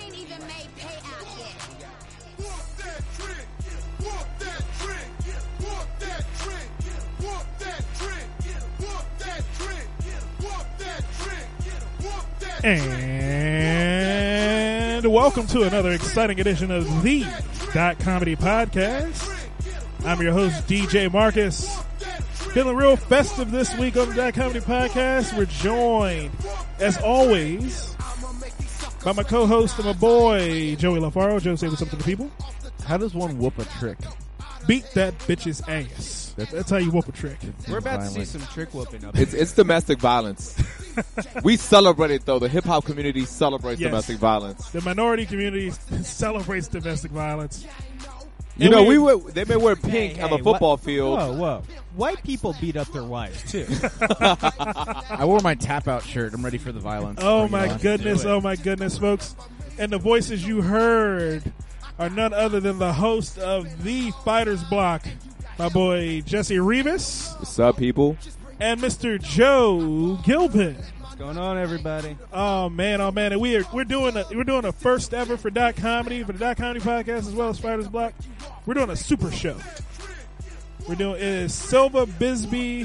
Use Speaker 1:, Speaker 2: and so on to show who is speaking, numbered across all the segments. Speaker 1: MMA payout yet.
Speaker 2: Walk that trick. Walk that trick. Walk that trick. Walk that trick. Walk that trick. Walk that trick. Walk that
Speaker 3: And welcome to another exciting edition of the Dot Comedy Podcast. I'm your host, DJ Marcus. Feeling real festive this week on the Dot Comedy Podcast. We're joined, as always, by my co-host and my boy, Joey LaFaro. Joe, say what's up to the people.
Speaker 4: How does one whoop a trick?
Speaker 3: Beat that bitch's ass. That's, that's how you whoop a trick.
Speaker 5: We're about to see
Speaker 4: Violent.
Speaker 5: some trick whooping up.
Speaker 6: It's, it's domestic violence. we celebrate it though. The hip hop community celebrates
Speaker 3: Yes.
Speaker 6: domestic violence.
Speaker 3: The minority community celebrates domestic violence.
Speaker 6: You
Speaker 3: And
Speaker 6: know,
Speaker 3: we-
Speaker 6: we wear, they may wear pink
Speaker 5: Hey,
Speaker 6: on the
Speaker 5: hey,
Speaker 6: football
Speaker 5: what-
Speaker 6: field.
Speaker 5: Whoa, whoa! White people beat up their wives too.
Speaker 4: I wore my tap out shirt. I'm ready for the violence.
Speaker 3: Oh
Speaker 4: Bring it
Speaker 3: my
Speaker 4: on.
Speaker 3: goodness, oh my goodness, folks. And the voices you heard are none other than the host of the Fighters Block, my boy Jesse Revis
Speaker 6: What's up, people?
Speaker 3: and Mr. Joe Gilpin.
Speaker 5: What's going on, everybody?
Speaker 3: Oh man, oh man, and we are we're doing a we're doing a first ever for Dot Comedy for the Dot Comedy podcast as well as Fighters Block. We're doing a super show. We're doing it is Silva Bisbee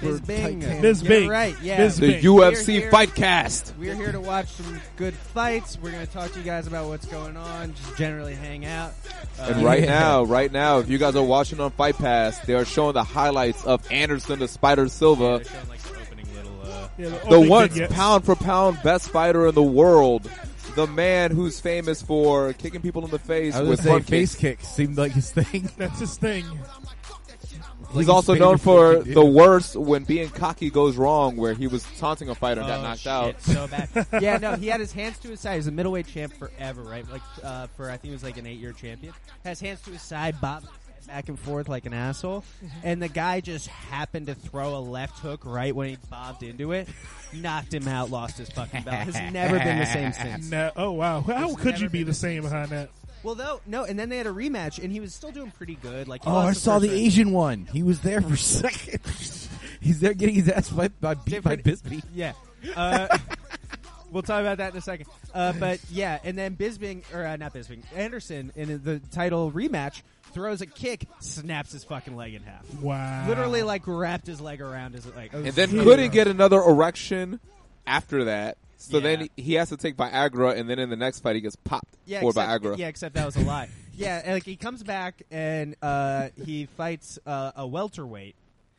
Speaker 5: Biz Bing.
Speaker 3: Biz
Speaker 5: You're
Speaker 3: Bing.
Speaker 5: right? Yeah.
Speaker 3: Biz
Speaker 6: The
Speaker 3: Bing.
Speaker 6: UFC
Speaker 5: here.
Speaker 6: Fight Cast.
Speaker 5: We're here to watch some good fights. We're going to talk to you guys about what's going on. Just generally hang out. Uh,
Speaker 6: And right now, right now, if you guys are watching on Fight Pass, they are showing the highlights of Anderson the Spider Silva,
Speaker 3: Yeah, oh,
Speaker 6: the
Speaker 3: opening
Speaker 6: once
Speaker 3: vignettes.
Speaker 6: pound for pound best fighter in the world, the man who's famous for kicking people in the face
Speaker 4: I was
Speaker 6: with
Speaker 4: gonna
Speaker 6: front
Speaker 4: say face
Speaker 6: kicks.
Speaker 4: kicks seemed like his thing.
Speaker 3: That's his thing.
Speaker 6: He's also known for the worst when being cocky goes wrong, where he was taunting a fighter and
Speaker 5: Oh,
Speaker 6: got knocked out.
Speaker 5: so bad. yeah, no, he had his hands to his side. He's a middleweight champ forever, right? Like uh, for I think it was like an eight-year champion. Has hands to his side, bob back and forth like an asshole,
Speaker 4: Mm-hmm.
Speaker 5: and the guy just happened to throw a left hook right when he bobbed into it, knocked him out, lost his fucking belt. Has never been the same since.
Speaker 3: No. Oh wow. How
Speaker 5: It's
Speaker 3: could you
Speaker 5: never
Speaker 3: be
Speaker 5: been
Speaker 3: the same behind that?
Speaker 5: Well, though, no, and then they had a rematch, and he was still doing pretty good. Like, he
Speaker 4: Oh,
Speaker 5: lost
Speaker 4: I saw
Speaker 5: first
Speaker 4: the
Speaker 5: round.
Speaker 4: Asian one. He was there for seconds. He's there getting his ass by, by beat by
Speaker 5: Different-
Speaker 4: Bisbee.
Speaker 5: Yeah. Uh, we'll talk about that in a second. Uh, but yeah, and then Bisbing or uh, not Bisbing, Anderson in the title rematch throws a kick, snaps his fucking leg in half.
Speaker 3: Wow.
Speaker 5: Literally, like wrapped his leg around his like.
Speaker 6: and then couldn't get another erection after that. So
Speaker 5: Yeah.
Speaker 6: then he has to take Viagra, and then in the next fight he gets popped
Speaker 5: yeah,
Speaker 6: for
Speaker 5: except,
Speaker 6: Viagra.
Speaker 5: Yeah, except that was a lie. yeah, and, like he comes back and uh, he fights uh, a welterweight,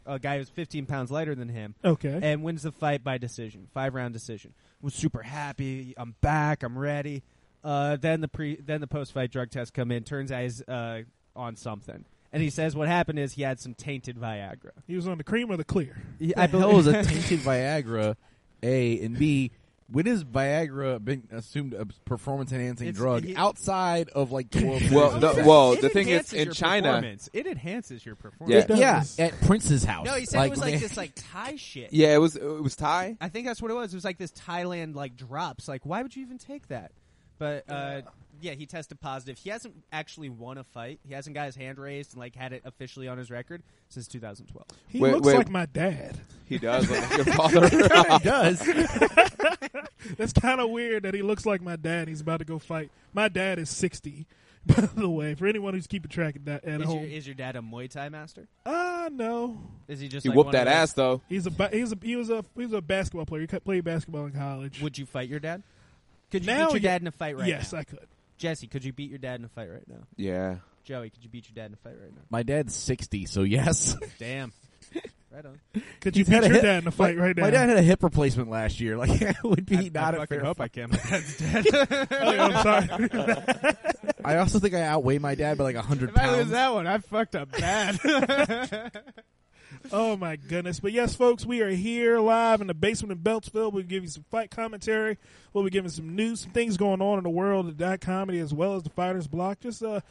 Speaker 5: a guy who's 15 pounds lighter than him.
Speaker 3: Okay.
Speaker 5: and wins the fight by decision, five round decision. Was super happy. I'm back. I'm ready. Uh, then the pre, then the post fight drug tests come in. Turns out he's uh, on something, and he says what happened is he had some tainted Viagra.
Speaker 3: he was on the cream of the clear.
Speaker 5: He-
Speaker 4: I
Speaker 5: I
Speaker 4: the hell is
Speaker 5: believe
Speaker 4: a tainted Viagra? A and B. When is Viagra been assumed a performance enhancing
Speaker 5: It's-
Speaker 4: drug
Speaker 5: he-
Speaker 4: outside of like twelve?
Speaker 6: Well,
Speaker 4: years of
Speaker 6: the-
Speaker 4: age?
Speaker 6: well,
Speaker 5: It
Speaker 6: the thing
Speaker 5: enhances
Speaker 6: is, in
Speaker 5: your
Speaker 6: China-
Speaker 5: performance. it enhances your
Speaker 6: Yeah.
Speaker 5: performance.
Speaker 3: does.
Speaker 4: yeah, at Prince's house.
Speaker 5: No, he said it was like
Speaker 4: man.
Speaker 5: this like Thai shit.
Speaker 6: Yeah, it was it was Thai.
Speaker 5: I think that's what it was. It was like this Thailand like drops. Like, why would you even take that? But uh, yeah, he tested positive. He hasn't actually won a fight. He hasn't got his hand raised and like had it officially on his record since 2012.
Speaker 3: He
Speaker 6: Wait,
Speaker 3: looks
Speaker 6: wait.
Speaker 3: like my dad.
Speaker 6: He does look like your father.
Speaker 4: He does.
Speaker 3: That's kind of weird that he looks like my dad. He's about to go fight. My dad is sixty, by the way. For anyone who's keeping track of that at
Speaker 5: Is your,
Speaker 3: home,
Speaker 5: is your dad a Muay Thai master?
Speaker 3: ah no,
Speaker 5: Is he just
Speaker 6: he
Speaker 5: like,
Speaker 6: whooped
Speaker 5: one of
Speaker 6: that
Speaker 5: those-
Speaker 6: ass though.
Speaker 3: he's a ba- he's a he was a he was a basketball player. He cut- played basketball in college.
Speaker 5: Would you fight your dad? Could you
Speaker 3: Now
Speaker 5: beat your
Speaker 3: you-
Speaker 5: dad in a fight right
Speaker 3: yes,
Speaker 5: now?
Speaker 3: I could.
Speaker 5: Jesse, could you beat your dad in a fight right now?
Speaker 6: Yeah,
Speaker 5: Joey, could you beat your dad in a fight right now?
Speaker 4: My dad's sixty, so yes.
Speaker 5: Damn. right on.
Speaker 3: Could you
Speaker 4: He's had
Speaker 3: beat
Speaker 4: a
Speaker 3: your
Speaker 4: hip-
Speaker 3: dad in a fight
Speaker 4: my,
Speaker 3: right now?
Speaker 4: My dad had a hip replacement last year. Like that would be not a fair.
Speaker 5: I can. My dad's dead.
Speaker 3: Oh, yeah, I'm sorry.
Speaker 4: I also think I outweigh my dad by like hundred
Speaker 5: if I lose
Speaker 4: pounds.
Speaker 5: that one, I fucked up bad.
Speaker 3: Oh my goodness. But yes, folks, we are here live in the basement in Beltsville. We'll give you some fight commentary. We'll be giving some news, some things going on in the world of that comedy as well as the fighters block. Just uh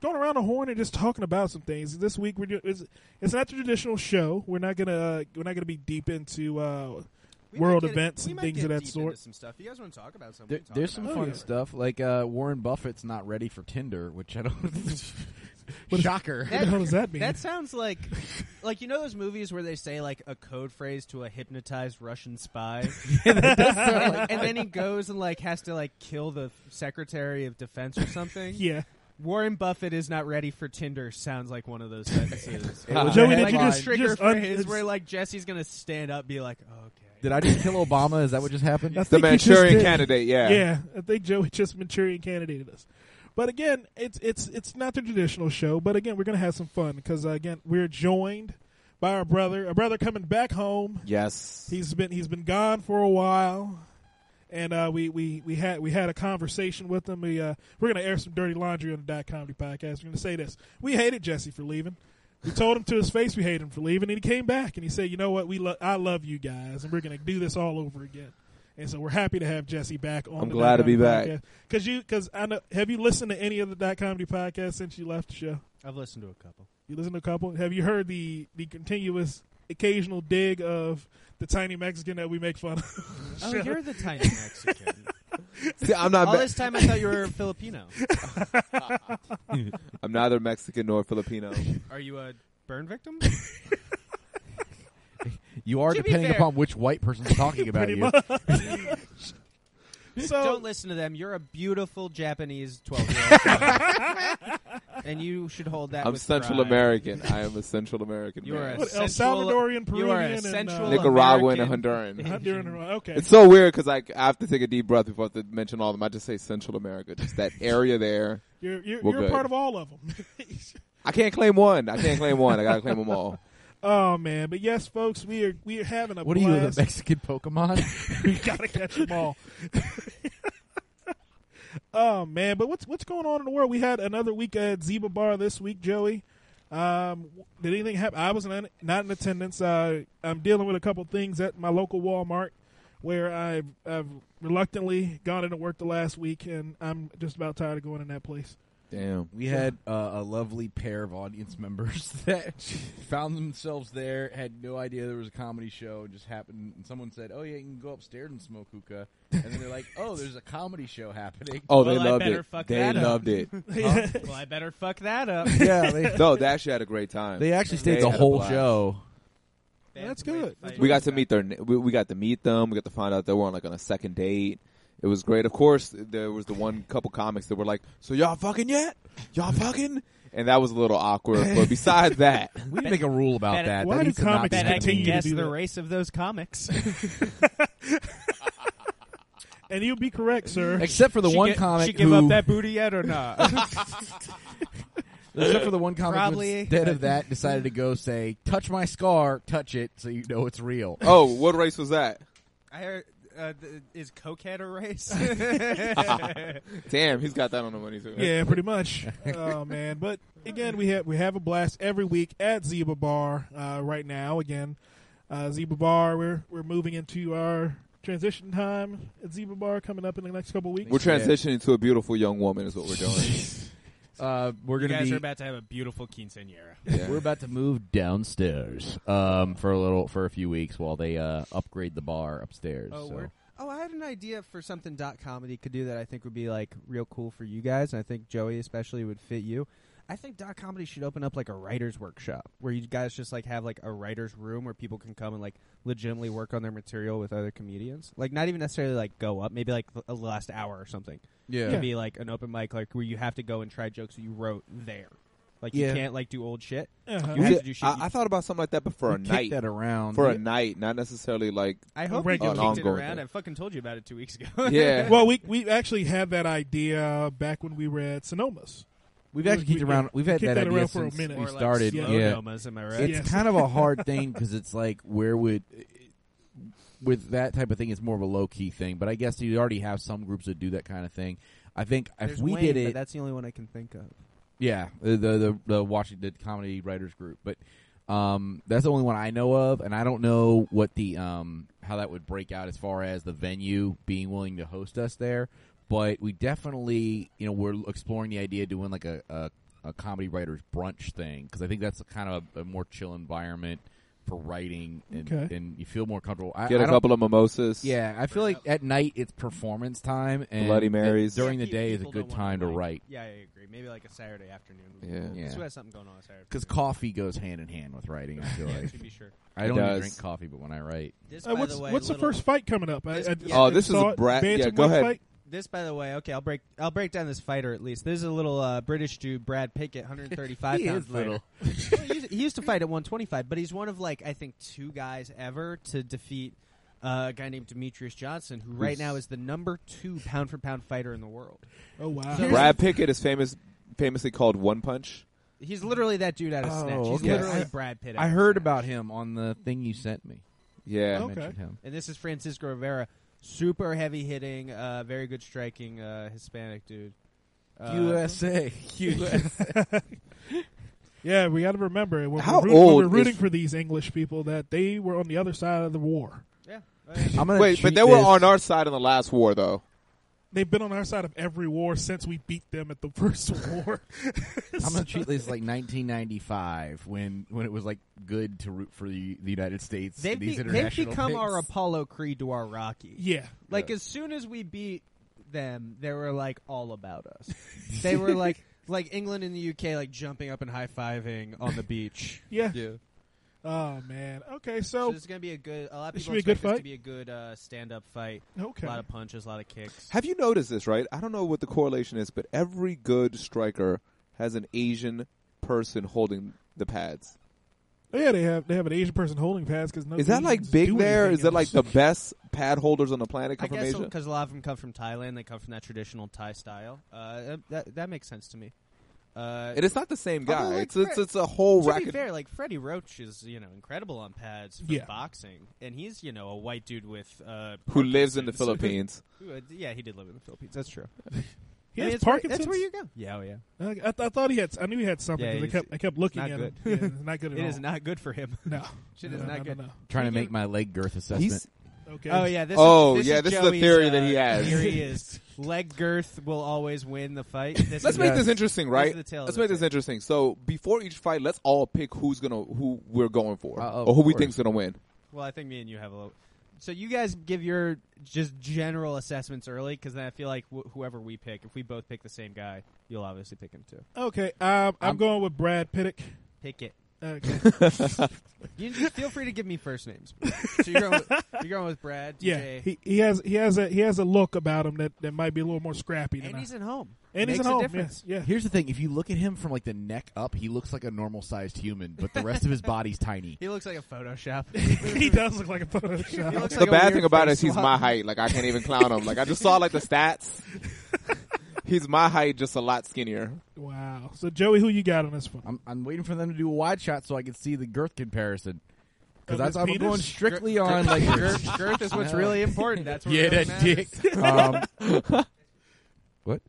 Speaker 3: going around the horn and just talking about some things. This week we're do- it's, it's not the traditional show. We're not gonna uh, we're not gonna be deep into uh
Speaker 5: We
Speaker 3: world
Speaker 5: might get-
Speaker 3: events
Speaker 5: we
Speaker 3: and
Speaker 5: might
Speaker 3: things
Speaker 5: get
Speaker 3: of that
Speaker 5: deep into
Speaker 3: sort.
Speaker 5: Some stuff. You guys want to talk about something?
Speaker 4: There, there's some
Speaker 3: Oh,
Speaker 4: fun
Speaker 3: yeah.
Speaker 4: stuff like uh, Warren Buffett's not ready for Tinder, which I don't.
Speaker 3: What-
Speaker 1: Shocker.
Speaker 3: What the hell does that mean?
Speaker 5: That sounds like, like you know those movies where they say like a code phrase to a hypnotized Russian spy, and, and then he goes and like has to like kill the Secretary of Defense or something.
Speaker 3: yeah.
Speaker 5: Warren Buffett is not ready for Tinder sounds like one of those sentences.
Speaker 4: was
Speaker 3: Joey,
Speaker 4: a
Speaker 3: did
Speaker 5: like
Speaker 3: you
Speaker 5: a
Speaker 3: just,
Speaker 5: trigger
Speaker 3: just un-
Speaker 5: phrase
Speaker 3: it's-
Speaker 5: where like Jesse's gonna stand up, and be like, "Oh, okay,
Speaker 4: Did I just kill Obama? Is that what just happened?
Speaker 3: I
Speaker 6: The
Speaker 3: think you just
Speaker 6: Manchurian
Speaker 3: did.
Speaker 6: candidate, yeah.
Speaker 3: Yeah, I think Joey just Manchurian candidated us. But again, it's it's it's not the traditional show. But again, we're gonna have some fun because again, we're joined by our brother, a brother coming back home.
Speaker 6: Yes.
Speaker 3: He's been he's been gone for a while, and uh, we, we we had we had a conversation with him. We uh, we're gonna air some dirty laundry on the Dot Comedy Podcast. We're gonna say this: we hated Jesse for leaving. We told him to his face we hated him for leaving, and he came back and he said, "You know what? We lo- I love you guys, and we're gonna do this all over again." And so we're happy to have Jesse back on.
Speaker 6: I'm
Speaker 3: the Dot
Speaker 6: glad to be
Speaker 3: Comedy
Speaker 6: back.
Speaker 3: Podcast. Cause you, cause I know. Have you listened to any of the Dot Comedy Podcast since you left the show?
Speaker 5: I've listened to a couple.
Speaker 3: You listen to a couple. Have you heard the the continuous occasional dig of the tiny Mexican that we make fun of?
Speaker 5: Oh, you're the tiny Mexican.
Speaker 6: See, I'm not.
Speaker 5: All
Speaker 6: Me-
Speaker 5: this time I thought you were Filipino.
Speaker 6: I'm neither Mexican nor Filipino.
Speaker 5: Are you a burn victim?
Speaker 4: You are
Speaker 5: To be
Speaker 4: depending
Speaker 5: fair-
Speaker 4: upon which white person's talking about
Speaker 3: Pretty
Speaker 4: you.
Speaker 3: much.
Speaker 5: Don't
Speaker 3: so
Speaker 5: listen to them. You're a beautiful Japanese 12 year old. and you should hold that
Speaker 6: I'm
Speaker 5: with
Speaker 6: Central
Speaker 5: pride.
Speaker 6: American. I am a Central American.
Speaker 5: You are
Speaker 6: man.
Speaker 5: a
Speaker 3: What, El
Speaker 5: Central-
Speaker 3: Salvadorian,
Speaker 5: You are
Speaker 3: Peruvian,
Speaker 5: a
Speaker 3: and, uh,
Speaker 5: Central
Speaker 6: Nicaraguan and
Speaker 5: American.
Speaker 6: Honduran.
Speaker 3: I'm doing it wrong. Okay.
Speaker 6: It's so weird because like I have to take a deep breath before I have to mention all of them. I just say Central America, just that area there.
Speaker 3: you're you're,
Speaker 6: We're
Speaker 3: you're a
Speaker 6: good.
Speaker 3: part of all of them.
Speaker 6: I can't claim one. I can't claim one. I gotta claim them all.
Speaker 3: oh man, but yes, folks, we are we are having a
Speaker 4: What are you, the
Speaker 3: blast.
Speaker 4: Mexican Pokemon?
Speaker 3: we gotta catch them all. oh man, but what's what's going on in the world? We had another week at Ziba Bar this week, Joey. Um, did anything happen? I was not, not in attendance. Uh, I'm dealing with a couple things at my local Walmart where I've, I've reluctantly gone into work the last week, and I'm just about tired of going in that place.
Speaker 6: Damn.
Speaker 4: We had uh, a lovely pair of audience members that found themselves there, had no idea there was a comedy show, and just happened. And someone said, "Oh yeah, you can go upstairs and smoke hookah," and then they're like, "Oh, there's a comedy show happening."
Speaker 5: Well,
Speaker 6: Oh, they
Speaker 5: I
Speaker 6: loved
Speaker 5: better
Speaker 6: it.
Speaker 5: fuck
Speaker 6: They
Speaker 5: that up.
Speaker 6: loved it.
Speaker 5: well, I better fuck that up.
Speaker 4: yeah, they,
Speaker 6: No, they actually had a great time.
Speaker 4: they actually stayed
Speaker 6: They
Speaker 4: the
Speaker 6: had a
Speaker 4: whole
Speaker 6: blast.
Speaker 4: show.
Speaker 3: That's good.
Speaker 6: we got to meet their. We, we got to meet them. We got to find out they were on like on a second date. It was great. Of course, there was the one couple comics that were like, "So y'all fucking yet? Y'all fucking?" And that was a little awkward. But besides that,
Speaker 4: We didn't make a rule about
Speaker 5: Bet-
Speaker 4: that.
Speaker 3: Why
Speaker 4: that
Speaker 3: do
Speaker 4: needs to not
Speaker 3: comics
Speaker 4: be
Speaker 5: Bet I can
Speaker 3: continue to
Speaker 5: guess
Speaker 3: do
Speaker 5: the
Speaker 3: that.
Speaker 5: race of those comics.
Speaker 3: And you'd be correct, sir.
Speaker 4: Except for the
Speaker 5: She
Speaker 4: one
Speaker 5: gi-
Speaker 4: comic
Speaker 5: She give
Speaker 4: who,
Speaker 5: up that booty yet or not?
Speaker 4: except for the one comic
Speaker 5: Probably.
Speaker 4: who instead of that decided to go say, "Touch my scar, touch it, so you know it's real."
Speaker 6: oh, what race was that?
Speaker 5: I heard. Uh, th- is cokehead a race?
Speaker 6: Damn, he's got that on the money too.
Speaker 3: Yeah, pretty much. oh man, but again, we have we have a blast every week at Zebra Bar. Uh, right now, again, uh, Zebra Bar. We're we're moving into our transition time at Zebra Bar coming up in the next couple weeks.
Speaker 6: We're transitioning to a beautiful young woman, is what we're doing.
Speaker 4: Uh, we're
Speaker 5: you
Speaker 4: gonna
Speaker 5: guys
Speaker 4: be
Speaker 5: are about to have a beautiful quinceanera.
Speaker 4: We're about to move downstairs um, for a little for a few weeks while they uh, upgrade the bar upstairs.
Speaker 5: Oh,
Speaker 4: so.
Speaker 5: word. Oh, I had an idea for something dot comedy could do that I think would be like real cool for you guys, and I think Joey especially would fit you. I think dot comedy should open up like a writers workshop where you guys just like have like a writers room where people can come and like legitimately work on their material with other comedians. Like not even necessarily like go up, maybe like the last hour or something.
Speaker 4: Yeah.
Speaker 5: It could be like an open mic like where you have to go and try jokes that you wrote there. Like
Speaker 4: Yeah.
Speaker 5: you can't like do old shit.
Speaker 3: Uh-huh.
Speaker 5: You have to do shit.
Speaker 6: I, I thought about something like that, but for a
Speaker 4: Kick
Speaker 6: night.
Speaker 4: that around
Speaker 6: For
Speaker 4: Yeah.
Speaker 6: a night, not necessarily like.
Speaker 5: I hope you
Speaker 3: regular-
Speaker 5: kicked
Speaker 6: Oh,
Speaker 5: it
Speaker 6: ongoing
Speaker 5: around.
Speaker 6: thing.
Speaker 5: I fucking told you about it two weeks ago.
Speaker 6: Yeah.
Speaker 3: Well, we we actually had that idea back when we were at Sonoma's.
Speaker 4: We've
Speaker 3: We-
Speaker 4: actually
Speaker 3: we-
Speaker 4: kicked around. We've had
Speaker 3: kicked
Speaker 4: that,
Speaker 3: that
Speaker 4: idea
Speaker 3: around for a
Speaker 4: since
Speaker 3: minute.
Speaker 4: we
Speaker 3: Or
Speaker 5: like
Speaker 4: started.
Speaker 5: slow
Speaker 4: yeah,
Speaker 5: domas, am I right?
Speaker 4: it's
Speaker 3: Yes.
Speaker 4: kind of a hard thing because it's like where would with that type of thing, it's more of a low key thing. But I guess you already have some groups that do that kind of thing. I think if
Speaker 5: There's
Speaker 4: we
Speaker 5: Wayne,
Speaker 4: did
Speaker 5: but
Speaker 4: it,
Speaker 5: that's the only one I can think of.
Speaker 4: Yeah, the the the, the Washington Comedy Writers Group, but um, that's the only one I know of, and I don't know what the um how that would break out as far as the venue being willing to host us there. But we definitely, you know, we're exploring the idea of doing like a a, a comedy writers brunch thing because I think that's a kind of a, more chill environment for writing, and,
Speaker 3: Okay.
Speaker 4: and you feel more comfortable. I,
Speaker 6: Get
Speaker 4: I
Speaker 6: a
Speaker 4: don't-
Speaker 6: couple of mimosas.
Speaker 4: Yeah, I feel like at night it's performance time, and
Speaker 6: Bloody
Speaker 4: and
Speaker 6: Marys.
Speaker 4: during the
Speaker 5: People
Speaker 4: day is a
Speaker 5: don't
Speaker 4: good
Speaker 5: want
Speaker 4: time to
Speaker 5: like-
Speaker 4: write
Speaker 5: Yeah, I agree. Maybe like a Saturday afternoon. would be
Speaker 6: Yeah.
Speaker 5: cool.
Speaker 4: Yeah.
Speaker 5: Just have something going on Saturday.
Speaker 4: because coffee goes hand in hand with writing. I feel
Speaker 5: Yeah,
Speaker 4: like
Speaker 5: to be sure.
Speaker 4: I don't even
Speaker 6: does.
Speaker 4: drink coffee, but when I write,
Speaker 5: This,
Speaker 3: Uh,
Speaker 5: by
Speaker 3: what's
Speaker 5: the way,
Speaker 3: what's the
Speaker 5: little-
Speaker 3: first fight coming up? I, I,
Speaker 5: This- Oh,
Speaker 6: this is a
Speaker 3: saw it.
Speaker 6: brat- yeah,
Speaker 3: Bantamweight
Speaker 6: go ahead.
Speaker 3: Fight?
Speaker 5: This, by the way, okay, I'll break. I'll break down this fighter at least. This is a little uh, British dude, Brad Pickett, 135 pound fighter. Well, he, used, he used to fight at 125, but he's one of like I think two guys ever to defeat uh, a guy named Demetrius Johnson, who right now is the number two pound for pound fighter in the world.
Speaker 3: Oh wow!
Speaker 5: So-
Speaker 6: Brad Pickett is famous, famously called One Punch.
Speaker 5: He's literally that dude out of
Speaker 4: Oh,
Speaker 5: Snatch. He's
Speaker 4: okay.
Speaker 5: literally
Speaker 4: I-
Speaker 5: Brad Pitt. out
Speaker 4: I
Speaker 5: of
Speaker 4: heard
Speaker 5: Snatch.
Speaker 4: about him on the thing you sent me.
Speaker 6: Yeah.
Speaker 4: I
Speaker 3: Okay.
Speaker 4: mentioned him.
Speaker 5: And this is Francisco Rivera, super heavy hitting, uh, very good striking uh, Hispanic dude. Uh,
Speaker 4: USA, USA.
Speaker 3: Yeah, we got to remember when
Speaker 6: How
Speaker 3: we're rooting, when
Speaker 6: old
Speaker 3: we're rooting
Speaker 6: is-
Speaker 3: for these English people that they were on the other side of the war.
Speaker 5: Yeah. Oh, yeah.
Speaker 4: I'm gonna
Speaker 6: Wait, but
Speaker 4: treat
Speaker 6: they were
Speaker 4: this-
Speaker 6: on our side in the last war, though.
Speaker 3: They've been on our side of every war since we beat them at the first war.
Speaker 4: I'm gonna treat this like 1995 when when it was like good to root for the, the United States.
Speaker 5: They've,
Speaker 4: and these
Speaker 5: be- they've
Speaker 4: international
Speaker 5: become
Speaker 4: picks.
Speaker 5: our Apollo Creed to our Rocky.
Speaker 3: yeah,
Speaker 5: Like as soon as we beat them, they were like all about us. they were like like England and the UK like jumping up and high fiving on the beach.
Speaker 3: yeah.
Speaker 5: Yeah.
Speaker 3: Oh man. Okay,
Speaker 5: So
Speaker 3: so
Speaker 5: this is gonna be a good. A lot of
Speaker 3: This should
Speaker 5: people
Speaker 3: be a good
Speaker 5: expect this
Speaker 3: fight?
Speaker 5: to be a good uh, stand up fight.
Speaker 3: okay.
Speaker 5: A lot of punches, a lot of kicks.
Speaker 6: Have you noticed this, right? I don't know what the correlation is, but every good striker has an Asian person holding the pads.
Speaker 3: Oh, yeah, they have they have an Asian person holding pads because no.
Speaker 6: Is that like
Speaker 3: Asians
Speaker 6: big
Speaker 3: do
Speaker 6: there?
Speaker 3: anything
Speaker 6: Is that like
Speaker 3: else.
Speaker 6: the best pad holders on the planet
Speaker 5: I
Speaker 6: come from
Speaker 5: guess
Speaker 6: Asia?
Speaker 5: because a lot of them come from Thailand. They come from that traditional Thai style. Uh, that- that that makes sense to me. Uh,
Speaker 6: And it's not the same guy.
Speaker 5: Although, like,
Speaker 6: it's, it's
Speaker 5: Fred-
Speaker 6: it's a whole
Speaker 5: to be
Speaker 6: racket.
Speaker 5: fair, like Freddie Roach is you know incredible on pads for
Speaker 3: Yeah.
Speaker 5: boxing, and he's you know a white dude with uh,
Speaker 6: Who lives in the
Speaker 5: Parkinson's.
Speaker 6: Philippines?
Speaker 5: Who, uh, yeah, he did live in the Philippines. That's true.
Speaker 3: He
Speaker 5: I mean,
Speaker 3: has
Speaker 5: it's where-
Speaker 3: Parkinson's.
Speaker 5: that's where you go. Yeah, oh yeah.
Speaker 3: I, I, I thought he had. I knew he had something.
Speaker 5: Yeah,
Speaker 3: 'cause I
Speaker 5: he's-
Speaker 3: kept I kept looking
Speaker 5: not
Speaker 3: at
Speaker 5: good.
Speaker 3: him. Yeah, it's not good at
Speaker 5: It
Speaker 3: all.
Speaker 5: is not good for him.
Speaker 3: No.
Speaker 5: Shit
Speaker 3: no,
Speaker 5: is
Speaker 3: no,
Speaker 5: not
Speaker 3: no,
Speaker 5: good.
Speaker 3: no.
Speaker 4: trying to make my leg girth assessment.
Speaker 6: He's
Speaker 3: Okay.
Speaker 5: Oh yeah. This
Speaker 6: Oh,
Speaker 5: is, this
Speaker 6: yeah,
Speaker 5: Is
Speaker 6: this is the
Speaker 5: Joey's,
Speaker 6: theory
Speaker 5: uh,
Speaker 6: that he has.
Speaker 5: Theory is leg girth will always win the fight. This
Speaker 6: Let's
Speaker 5: is-
Speaker 6: make this interesting, right?
Speaker 5: the tail of
Speaker 6: Let's
Speaker 5: the
Speaker 6: make this
Speaker 5: tape.
Speaker 6: interesting. So before each fight, let's all pick who's gonna who we're going for,
Speaker 4: Uh, of
Speaker 6: or who we
Speaker 4: course.
Speaker 6: think's gonna win.
Speaker 5: Well, I think me and you have a little. So you guys give your just general assessments early, because then I feel like wh- whoever we pick, if we both pick the same guy, you'll obviously pick him too.
Speaker 3: Okay. Um, I'm,
Speaker 4: I'm-
Speaker 3: going with Brad Pittick. Uh,
Speaker 5: Pick it.
Speaker 3: Okay.
Speaker 5: You just feel free to give me first names. So you're going with, you're going with Brad, DJ,
Speaker 3: yeah. He, he has he has a he has a look about him that, that might be a little more scrappy than
Speaker 5: and
Speaker 3: I.
Speaker 5: he's at home.
Speaker 3: and he's
Speaker 5: Makes
Speaker 3: at
Speaker 5: a
Speaker 3: home.
Speaker 5: difference.
Speaker 3: Yes. Yeah.
Speaker 4: Here's the thing: if you look at him from like the neck up, he looks like a normal sized human, but the rest of his body's tiny.
Speaker 5: He looks like a Photoshop.
Speaker 3: he does look like a Photoshop.
Speaker 5: He looks
Speaker 6: the
Speaker 5: like a
Speaker 6: bad
Speaker 5: weird
Speaker 6: thing about it
Speaker 5: face
Speaker 6: is he's
Speaker 5: swap.
Speaker 6: my height. Like I can't even clown him. Like I just saw like the stats. he's my height, just a lot skinnier.
Speaker 3: Wow. So Joey, who you got on this one?
Speaker 4: I'm, I'm waiting for them to do a wide shot so I can see the girth comparison
Speaker 3: Of
Speaker 4: because
Speaker 3: his
Speaker 4: I'm
Speaker 3: penis?
Speaker 4: going strictly on like
Speaker 5: girth, girth is what's really important. That's what
Speaker 4: yeah,
Speaker 5: really
Speaker 4: that
Speaker 5: matters.
Speaker 4: dick. Um, what?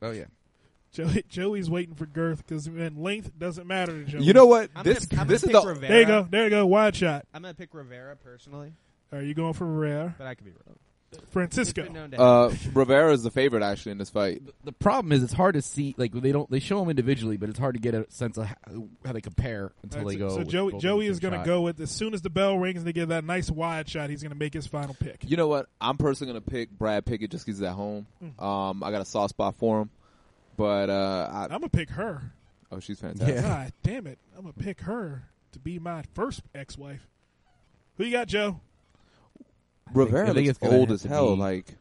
Speaker 4: Oh yeah.
Speaker 3: Joey, Joey's waiting for girth because length doesn't matter to Joey.
Speaker 6: You know what?
Speaker 5: I'm gonna-
Speaker 6: this
Speaker 5: I'm gonna
Speaker 6: this is
Speaker 5: pick
Speaker 6: the
Speaker 5: Rivera.
Speaker 3: There you go. There you go. Wide shot.
Speaker 5: I'm gonna pick Rivera personally,
Speaker 3: Are you going for Rare?
Speaker 5: but I could be wrong. It's
Speaker 3: Francisco.
Speaker 5: been known to
Speaker 6: uh, Rivera is the favorite actually in this fight.
Speaker 4: The problem is it's hard to see. Like they don't they show them individually, but it's hard to get a sense of how, how they compare until
Speaker 3: All right,
Speaker 4: they
Speaker 3: so-
Speaker 4: go.
Speaker 3: so
Speaker 4: with
Speaker 3: Joey,
Speaker 4: both
Speaker 3: Joey
Speaker 4: of
Speaker 3: is
Speaker 4: them
Speaker 3: going to
Speaker 4: shot.
Speaker 3: go with as soon as the bell rings and they give that nice wide shot, he's going to make his final pick.
Speaker 6: You know what? I'm personally gonna pick Brad Pickett just 'cause he's at home.
Speaker 5: Mm.
Speaker 6: Um, I got a soft spot for him, but uh, I,
Speaker 3: I'm going to pick her.
Speaker 6: oh, she's fantastic.
Speaker 4: Yeah.
Speaker 3: God damn it! I'm going to pick her to be my first ex-wife. Who you got, Joe?
Speaker 6: Rivera
Speaker 4: I think
Speaker 6: looks
Speaker 4: it's gonna
Speaker 6: old
Speaker 4: have
Speaker 6: as
Speaker 4: to
Speaker 6: hell.
Speaker 4: be-
Speaker 6: Like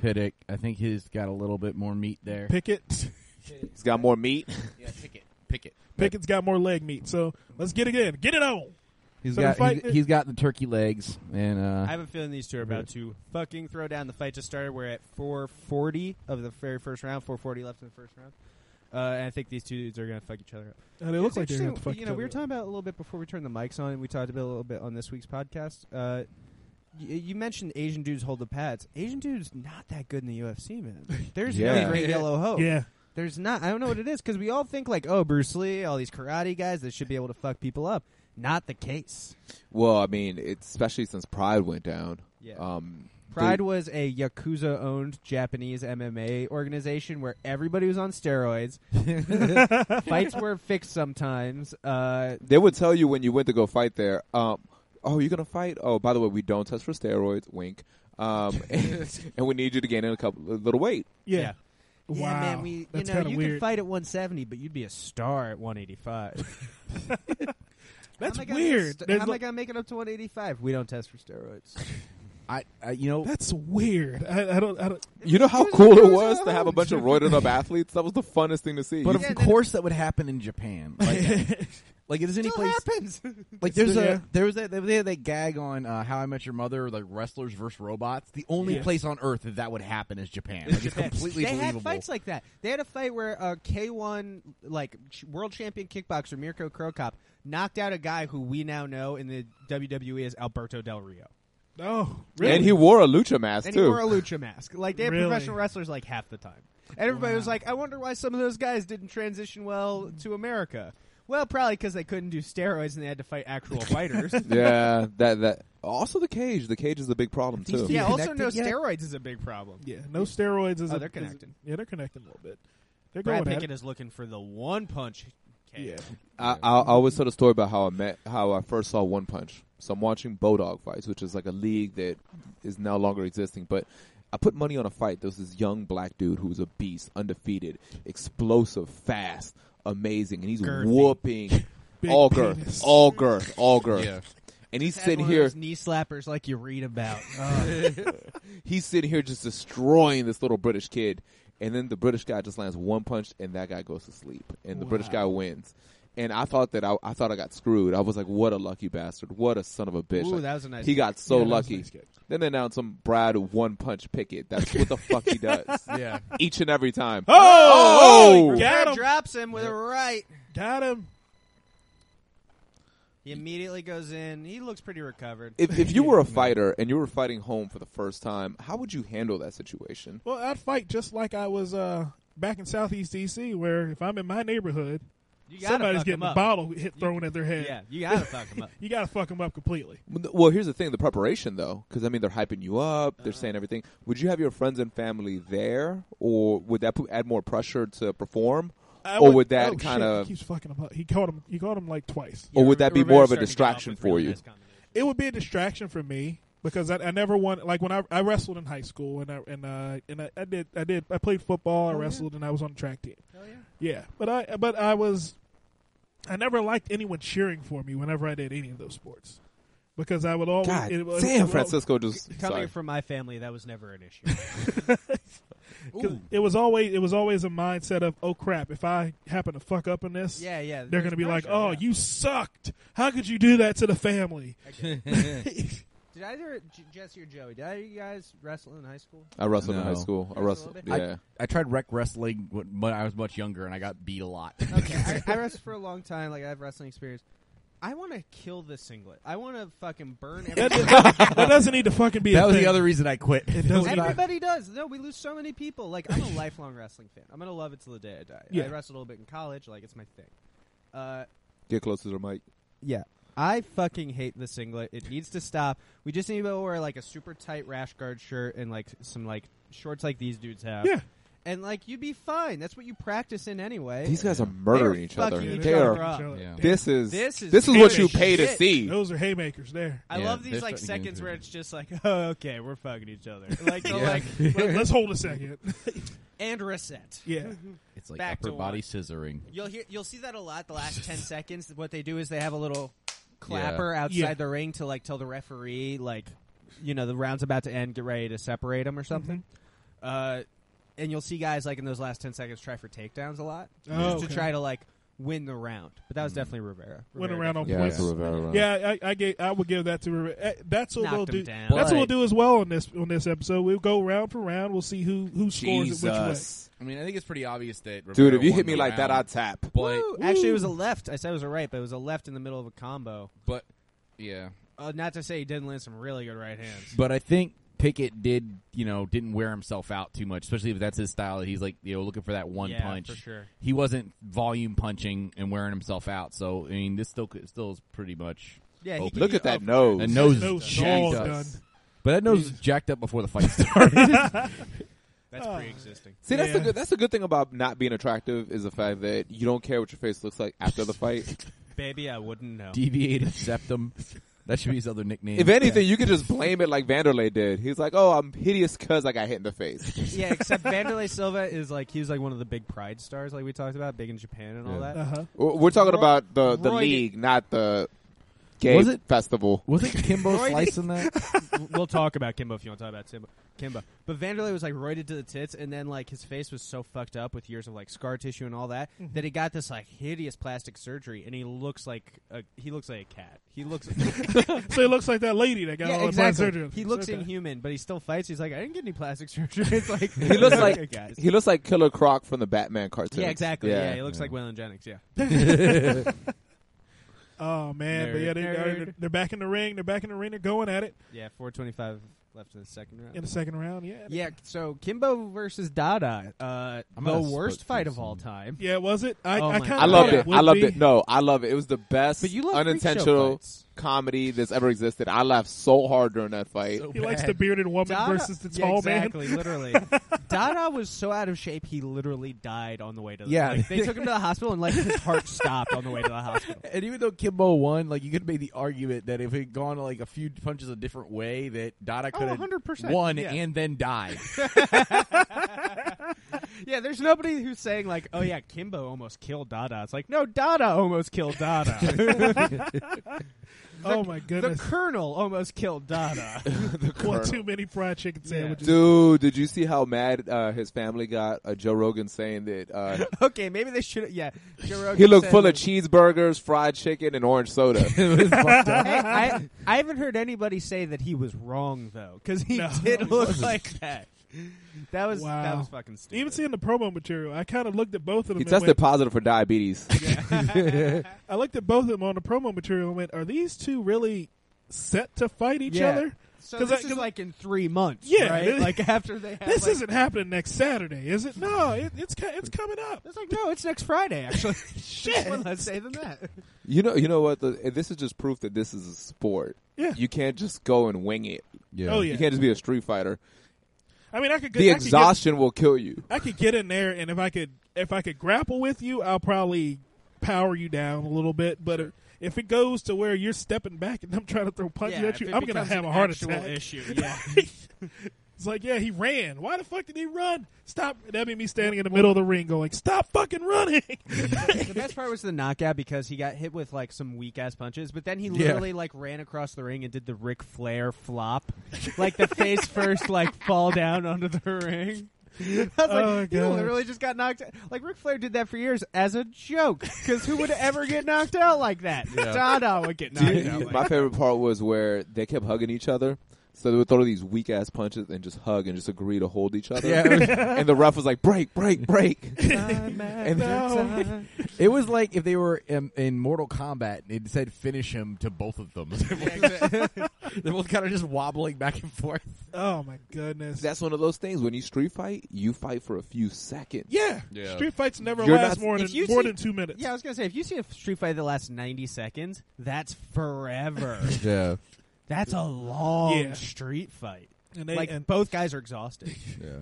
Speaker 4: Piddick. I think he's got a little bit more meat there.
Speaker 3: Pickett.
Speaker 6: he's got more meat.
Speaker 4: Yeah, pick it. Pick it.
Speaker 3: Pickett's got more leg meat, so let's get it in. Get it on.
Speaker 4: He's
Speaker 3: So the
Speaker 4: got
Speaker 3: fight-
Speaker 4: he's, he's got the turkey legs and
Speaker 5: I
Speaker 4: uh,
Speaker 5: have a feeling these two are about to fucking throw down. The fight just started. We're at 440 of the very first round. 440 left in the first round. Uh, and I think these two dudes are going to fuck each other up.
Speaker 3: And they look
Speaker 5: It's
Speaker 3: like they're going to
Speaker 5: interesting,
Speaker 3: fuck
Speaker 5: You know,
Speaker 3: each
Speaker 5: we were
Speaker 3: other
Speaker 5: talking about a little bit before we turned the mics on, and we talked about a little bit on this week's podcast. Uh, y- you mentioned Asian dudes hold the pads. Asian dudes not that good in the UFC, man. There's
Speaker 6: Yeah.
Speaker 5: no great yellow hope.
Speaker 3: up. Yeah,
Speaker 5: There's not. I don't know what it is because we all think like, oh, Bruce Lee, all these karate guys that should be able to fuck people up. Not the case.
Speaker 6: Well, I mean, it's, especially since Pride went down.
Speaker 5: Yeah.
Speaker 6: Um,
Speaker 5: Pride was a yakuza-owned Japanese MMA organization where everybody was on steroids. Fights were fixed sometimes. Uh,
Speaker 6: They would tell you when you went to go fight there. Um, oh, you're gonna fight? Oh, by the way, we don't test for steroids. Wink. Um, and, and we need you to gain a couple a little weight.
Speaker 3: Yeah.
Speaker 5: Yeah.
Speaker 3: Wow.
Speaker 5: Yeah, man, we you
Speaker 3: That's
Speaker 5: know
Speaker 3: kinda
Speaker 5: you
Speaker 3: weird.
Speaker 5: can fight at 170, but you'd be a star at 185.
Speaker 3: That's
Speaker 5: How am I gonna
Speaker 3: weird.
Speaker 5: st-
Speaker 3: There's
Speaker 5: how am I
Speaker 3: like-
Speaker 5: gonna make it up to 185? We don't test for steroids.
Speaker 4: I, I you know
Speaker 3: that's weird. I, I don't. I don't.
Speaker 6: You know how
Speaker 5: Who's-
Speaker 6: cool it
Speaker 5: who's
Speaker 6: was to have a
Speaker 5: old?
Speaker 6: bunch of roided up athletes. That was the funnest thing to see.
Speaker 4: But
Speaker 6: You-
Speaker 4: of
Speaker 5: Yeah, then-
Speaker 4: course, that would happen in Japan. Like, like it is any
Speaker 5: Still
Speaker 4: place.
Speaker 5: happens.
Speaker 4: Like there's
Speaker 3: Still, yeah.
Speaker 4: a there was that they had that gag on uh, How I Met Your Mother, like wrestlers versus robots. The only
Speaker 3: Yeah.
Speaker 4: place on earth that that would happen is Japan. Like, it's completely
Speaker 5: they
Speaker 4: believable.
Speaker 5: had fights like that. They had a fight where a K1 like ch- world champion kickboxer Mirko Krokop knocked out a guy who we now know in the WWE as Alberto Del Rio.
Speaker 3: Oh, really?
Speaker 6: And he wore a lucha mask
Speaker 5: And
Speaker 6: too.
Speaker 5: he wore a lucha mask. Like they had
Speaker 3: Really?
Speaker 5: professional wrestlers like half the time. And everybody was like, I wonder why some of those guys didn't transition well to America. Well, probably because they couldn't do steroids and they had to fight actual fighters.
Speaker 6: yeah, that that. Also, the cage. The cage is a big problem too.
Speaker 5: yeah, also no
Speaker 4: connected yet?
Speaker 5: steroids is a big problem.
Speaker 3: yeah, no steroids is.
Speaker 5: Oh,
Speaker 3: a- is a-
Speaker 5: they're connecting.
Speaker 3: yeah, they're connecting a little bit. They're
Speaker 5: Brad
Speaker 3: going at
Speaker 5: Pickett is looking for the one punch.
Speaker 3: it. Yeah.
Speaker 6: I, I, I always tell the story about how I met, how I first saw One Punch. So I'm watching Bodog fights, which is like a league that is no longer existing. But I put money on a fight. There was this young black dude who was a beast, undefeated, explosive, fast, amazing, and he's
Speaker 5: Girthy.
Speaker 6: whooping
Speaker 3: Big
Speaker 6: all girth,
Speaker 3: penis.
Speaker 6: all girth, all girth.
Speaker 4: Yeah.
Speaker 6: And he's
Speaker 5: Had
Speaker 6: sitting
Speaker 5: one of
Speaker 6: here,
Speaker 5: those knee slappers like you read about. Uh,
Speaker 6: he's sitting here just destroying this little British kid, and then the British guy just lands one punch, and that guy goes to sleep, and the British guy wins. And I thought that I, I thought I got screwed. I was like, "What a lucky bastard! What a son of a bitch!"
Speaker 5: Ooh,
Speaker 6: Like,
Speaker 5: that was a nice
Speaker 6: He
Speaker 5: kick.
Speaker 6: got
Speaker 3: Yeah,
Speaker 6: so
Speaker 3: that was a
Speaker 6: lucky.
Speaker 3: nice kick.
Speaker 6: then they announced some Brad one punch picket. That's what the fuck he does.
Speaker 4: Yeah.
Speaker 6: Each and every time.
Speaker 3: Oh,
Speaker 6: Oh!
Speaker 3: got
Speaker 5: Brad
Speaker 3: him!
Speaker 5: drops him with a right.
Speaker 3: Got him!
Speaker 5: He immediately goes in. He looks pretty recovered.
Speaker 6: If, if you were a fighter and you were fighting home for the first time, how would you handle that situation?
Speaker 3: Well, I'd fight just like I was uh, back in Southeast DC, where if I'm in my neighborhood,
Speaker 5: you gotta
Speaker 3: somebody's
Speaker 5: fuck
Speaker 3: getting
Speaker 5: him
Speaker 3: a
Speaker 5: up.
Speaker 3: bottle hit thrown at their head.
Speaker 5: Yeah, you gotta fuck him up.
Speaker 3: You gotta fuck them up completely.
Speaker 6: Well, here's the thing: the preparation, though, because I mean, they're hyping you up,
Speaker 3: Uh-huh.
Speaker 6: they're saying everything. Would you have your friends and family there, or would that put, add more pressure to perform,
Speaker 3: I
Speaker 6: or would that
Speaker 3: oh,
Speaker 6: kind
Speaker 3: shit,
Speaker 6: of,
Speaker 3: he keeps fucking him up. He caught him. He caught him like twice.
Speaker 6: or would that be
Speaker 5: Rivera's
Speaker 6: more of
Speaker 5: starting to get off
Speaker 6: a distraction
Speaker 5: with
Speaker 6: for
Speaker 5: really
Speaker 6: you?
Speaker 5: nice combinations.
Speaker 3: It would be a distraction for me because I, I never want like when I, I wrestled in high school and I and uh, and I, I did I did I played football. I wrestled and I was on the track team.
Speaker 5: Hell Oh, yeah.
Speaker 3: Yeah, but I but I was I never liked anyone cheering for me whenever I did any of those sports because I would always
Speaker 6: God
Speaker 3: it was-
Speaker 6: damn,
Speaker 3: well,
Speaker 6: Francisco just
Speaker 5: Coming
Speaker 6: sorry.
Speaker 5: from my family, that was never an issue.
Speaker 3: 'cause It was always it was always a mindset of oh crap if I happen to fuck up in this
Speaker 5: yeah, yeah.
Speaker 3: they're
Speaker 5: there's
Speaker 3: gonna be like
Speaker 5: pressure,
Speaker 3: oh
Speaker 5: yeah.
Speaker 3: you sucked how could you do that to the family
Speaker 5: Did either J- Jesse or Joey? Did either of you guys wrestle in high school?
Speaker 6: I wrestled in high
Speaker 4: No.
Speaker 6: school. I
Speaker 5: Wrestled a
Speaker 6: wrestled.
Speaker 5: little
Speaker 6: Yeah,
Speaker 5: bit?
Speaker 4: I, I tried rec wrestling when when I was much younger, and I got beat a lot.
Speaker 5: Okay, I, I wrestled for a long time. Like I have wrestling experience. I want to kill this singlet. I want to fucking burn
Speaker 3: that,
Speaker 5: everything.
Speaker 3: that doesn't need to fucking be
Speaker 4: that
Speaker 3: a
Speaker 4: was the
Speaker 3: thing.
Speaker 4: other reason I quit. It
Speaker 3: does not-
Speaker 5: Everybody does. No, we lose so many people. Like I'm a lifelong wrestling fan. I'm gonna love it till the day I die.
Speaker 3: Yeah.
Speaker 5: I wrestled a little bit in college. Like it's my thing. Uh,
Speaker 6: get closer to the mic.
Speaker 5: yeah. I fucking hate the singlet. It needs to stop. We just need to wear like a super tight rash guard shirt and like some like shorts like these dudes have.
Speaker 3: Yeah.
Speaker 5: And like you'd be fine. That's what you practice in anyway.
Speaker 6: These guys are murdering each other.
Speaker 5: fucking
Speaker 6: They
Speaker 5: each
Speaker 6: are.
Speaker 5: other up.
Speaker 4: Yeah.
Speaker 6: This is
Speaker 5: This is
Speaker 6: what
Speaker 3: damn
Speaker 6: you pay to
Speaker 5: shit.
Speaker 6: see.
Speaker 3: those are haymakers there
Speaker 5: I
Speaker 4: Yeah,
Speaker 5: love these
Speaker 4: they're
Speaker 5: like
Speaker 4: starting to get
Speaker 5: seconds where
Speaker 4: into
Speaker 5: it's just like, oh, okay, we're fucking each other. Like, they'll, like
Speaker 3: Let, us hold a second
Speaker 5: and reset.
Speaker 3: yeah
Speaker 4: It's like
Speaker 5: Back
Speaker 4: upper
Speaker 5: to
Speaker 4: body
Speaker 5: one.
Speaker 4: scissoring.
Speaker 5: You'll hear, you'll see that a lot. The last ten seconds, what they do is they have a little clapper outside
Speaker 3: Yeah.
Speaker 5: the ring to like tell the referee, like, you know, the round's about to end. Get ready to separate them or something.
Speaker 3: Mm-hmm.
Speaker 5: Uh, and you'll see guys like in those last ten seconds try for takedowns a lot
Speaker 3: Oh,
Speaker 5: just
Speaker 3: okay.
Speaker 5: to try to like win the round. But that was definitely Rivera.
Speaker 3: went
Speaker 5: Rivera
Speaker 3: around on
Speaker 6: Yeah,
Speaker 3: points
Speaker 6: that's Rivera. Run.
Speaker 3: Yeah, I, I gave, I would give that to. Rivera. Eh, That's what
Speaker 5: Knocked
Speaker 3: we'll
Speaker 5: him
Speaker 3: do.
Speaker 5: down.
Speaker 3: That's what we'll
Speaker 5: But-
Speaker 3: do as well on this on this episode. We'll go round for round. We'll see who who scores it which way.
Speaker 6: Jesus,
Speaker 4: I mean, I think it's pretty obvious that.
Speaker 6: dude,
Speaker 4: Rivera
Speaker 6: if you
Speaker 4: won
Speaker 6: hit me
Speaker 4: the
Speaker 6: like that, I'd
Speaker 4: round,
Speaker 6: tap.
Speaker 4: But
Speaker 5: Woo! Actually, it was a left. I said it was a right, but it was a left in the middle of a combo.
Speaker 4: but yeah,
Speaker 5: Uh, not to say he didn't land some really good right hands.
Speaker 4: But I think Pickett did, you know, didn't wear himself out too much, especially if that's his style. He's like, you know, looking for that one
Speaker 5: Yeah,
Speaker 4: punch.
Speaker 5: for sure.
Speaker 4: He wasn't volume punching and wearing himself out. So I mean, this still could- still is pretty much
Speaker 5: Yeah, he
Speaker 4: open.
Speaker 5: can-
Speaker 6: Look at that nose.
Speaker 4: and nose,
Speaker 3: Nose
Speaker 4: jacked
Speaker 3: all
Speaker 4: up.
Speaker 3: done.
Speaker 4: But that nose was jacked up before the fight started.
Speaker 1: That's
Speaker 3: Ah.
Speaker 1: pre-existing.
Speaker 6: See, that's the
Speaker 3: Yeah.
Speaker 6: good. That's the good thing about not being attractive is the fact that you don't care what your face looks like after the fight.
Speaker 1: Baby, I wouldn't know.
Speaker 4: Deviated septum. That should be his other nickname.
Speaker 6: if anything, you could just blame it like Vanderlei did. He's like, "Oh, I'm hideous because I got hit in the face."
Speaker 5: yeah, except Vanderlei Silva is like he was like one of the big pride stars, like we talked about, big in Japan and all
Speaker 6: Yeah.
Speaker 5: that.
Speaker 3: Uh-huh.
Speaker 6: We're we're talking
Speaker 5: Roy-
Speaker 6: about the the
Speaker 5: Roy did-
Speaker 6: league, not the gay
Speaker 4: Was it-
Speaker 6: festival.
Speaker 4: was it Kimbo
Speaker 5: Roy-
Speaker 4: slicing that?
Speaker 5: we'll talk about Kimbo if you want to talk about Timbo, Kimbo. But Vanderlei was like roided to the tits, and then like his face was so fucked up with years of like scar tissue and all that
Speaker 3: Mm-hmm.
Speaker 5: that he got this like hideous plastic surgery, and he looks like a, he looks like a cat. He looks
Speaker 3: So it looks like that lady that got
Speaker 5: yeah,
Speaker 3: all the
Speaker 5: exactly.
Speaker 3: plastic surgery.
Speaker 5: He looks
Speaker 3: Okay.
Speaker 5: inhuman, but he still fights. He's like, I didn't get any plastic surgery. It's like
Speaker 6: He looks
Speaker 5: okay,
Speaker 6: like
Speaker 5: guys.
Speaker 6: he looks like Killer Croc from the Batman cartoon.
Speaker 5: yeah, exactly. Yeah, he looks
Speaker 4: Yeah.
Speaker 5: like Waylon Jennings. Yeah,
Speaker 3: Oh man, but
Speaker 5: Nerd.
Speaker 3: yeah, they, are
Speaker 5: Nerd.
Speaker 3: they're back in the ring. They're back in the ring. They're going at it
Speaker 5: yeah. Four twenty-five left in the second round.
Speaker 3: in the second round. Yeah,
Speaker 5: Yeah, so Kimbo versus Dada, uh,
Speaker 4: I'm
Speaker 5: the
Speaker 4: not a
Speaker 5: worst
Speaker 4: split
Speaker 5: fight of
Speaker 4: person.
Speaker 5: all time.
Speaker 3: yeah. Was it? I,
Speaker 5: Oh,
Speaker 3: I
Speaker 5: my
Speaker 3: kind of
Speaker 5: God.
Speaker 6: I loved
Speaker 3: thought
Speaker 6: it.
Speaker 3: would
Speaker 6: I loved
Speaker 3: be.
Speaker 6: it. No, I love it. It was the best
Speaker 5: But you love freak show
Speaker 6: unintentional
Speaker 5: fights.
Speaker 6: comedy that's ever existed. I laughed so hard during that fight.
Speaker 3: He likes the bearded woman
Speaker 5: Dada-
Speaker 3: versus the
Speaker 5: Yeah,
Speaker 3: tall
Speaker 5: exactly, literally. Dada was so out of shape he literally died on the way to the
Speaker 4: Yeah.
Speaker 5: like, they took him to the hospital and like his heart stopped on the way to the hospital.
Speaker 4: And even though Kimbo won, like you could make the argument that if it had gone like a few punches a different way, that
Speaker 5: Oh,
Speaker 4: Dada could have
Speaker 5: 100%,
Speaker 4: won
Speaker 5: yeah.
Speaker 4: and then died.
Speaker 5: Yeah, there's nobody who's saying like, "Oh yeah, Kimbo almost killed Dada." It's like, "No, Dada almost killed Dada.
Speaker 3: man. Oh my
Speaker 5: the
Speaker 3: goodness!
Speaker 5: Colonel almost killed Dada."
Speaker 3: One
Speaker 6: Colonel.
Speaker 3: too many fried chicken
Speaker 5: Yeah.
Speaker 3: sandwiches.
Speaker 6: Dude, did you see how mad uh, his family got? Uh, Joe Rogan saying that uh,
Speaker 5: okay, maybe they should. Yeah, Joe Rogan
Speaker 6: he looked
Speaker 5: said,
Speaker 6: full of
Speaker 5: like,
Speaker 6: cheeseburgers, fried chicken, and orange soda.
Speaker 4: It was fucked up.
Speaker 5: Hey, I, I haven't heard anybody say that he was wrong though, because he
Speaker 3: No, he
Speaker 5: did look
Speaker 3: wasn't.
Speaker 5: like that. That was that
Speaker 3: Wow.
Speaker 5: was fucking stupid.
Speaker 3: Even seeing the promo material, I kind of looked at both of them.
Speaker 6: he
Speaker 3: and
Speaker 6: tested
Speaker 3: went-
Speaker 6: positive for diabetes.
Speaker 3: I looked at both of them on the promo material and went, "Are these two really set to fight each
Speaker 5: Yeah.
Speaker 3: other?
Speaker 5: so
Speaker 3: 'cause
Speaker 5: this
Speaker 3: I-
Speaker 5: is
Speaker 3: 'cause-
Speaker 5: like in three months,
Speaker 3: Yeah,
Speaker 5: right?
Speaker 3: this-
Speaker 5: like after they have,
Speaker 3: This
Speaker 5: like,
Speaker 3: isn't happening next Saturday, is it? No, it, it's co- it's coming up.
Speaker 5: It's like no, it's next Friday actually. Shit, one less day than that.
Speaker 6: You know, you know what? The, this is just proof that this is a sport.
Speaker 3: Yeah.
Speaker 6: You can't just go and wing it.
Speaker 4: Yeah.
Speaker 3: Oh yeah.
Speaker 6: You can't just be a street fighter.
Speaker 3: I mean, I could.
Speaker 6: The
Speaker 3: I could get
Speaker 6: exhaustion will kill you.
Speaker 3: I could get in there, and if I could, if I could grapple with you, I'll probably power you down a little bit. But if it goes to where you're stepping back and I'm trying to throw punches
Speaker 5: Yeah,
Speaker 3: at you,
Speaker 5: if it
Speaker 3: I'm gonna
Speaker 5: becomes
Speaker 3: have
Speaker 5: an
Speaker 3: a heart
Speaker 5: actual
Speaker 3: attack.
Speaker 5: Issue, yeah.
Speaker 3: It's like, yeah, he ran. Why the fuck did he run? Stop! That'd be me standing in the middle of the ring, going, "Stop fucking running!"
Speaker 5: the best part was the knockout because he got hit with like some weak ass punches, but then he
Speaker 4: Yeah.
Speaker 5: literally like ran across the ring and did the Ric Flair flop, like the face first like fall down onto the ring. I was like,
Speaker 3: Oh,
Speaker 5: you
Speaker 3: God.
Speaker 5: literally just got knocked out. Like, Ric Flair did that for years as a joke. Because who would ever get knocked out like that? Dada would get knocked out.
Speaker 6: My
Speaker 5: Like
Speaker 6: favorite part was where they kept hugging each other. So they would throw these weak ass punches and just hug and just agree to hold each other.
Speaker 4: Yeah, it was-
Speaker 6: and the ref was like, break, break, break.
Speaker 5: and
Speaker 3: No.
Speaker 4: It was like if they were in, in Mortal Kombat and it said finish him to both of them. They're both kind of just wobbling back and forth.
Speaker 3: oh my goodness!
Speaker 6: That's one of those things. When you street fight, you fight for a few seconds.
Speaker 3: yeah.
Speaker 4: Yeah.
Speaker 3: Street fights never
Speaker 6: You're
Speaker 3: last
Speaker 6: not-
Speaker 3: more than
Speaker 5: if you
Speaker 3: more
Speaker 5: see-
Speaker 3: than two minutes.
Speaker 5: Yeah, I was going to say, if you see a street fight that lasts 90 seconds, that's forever.
Speaker 4: Yeah,
Speaker 5: That's a long
Speaker 3: Yeah.
Speaker 5: street fight.
Speaker 3: And they-
Speaker 5: like
Speaker 3: and-
Speaker 5: both guys are exhausted.
Speaker 4: yeah.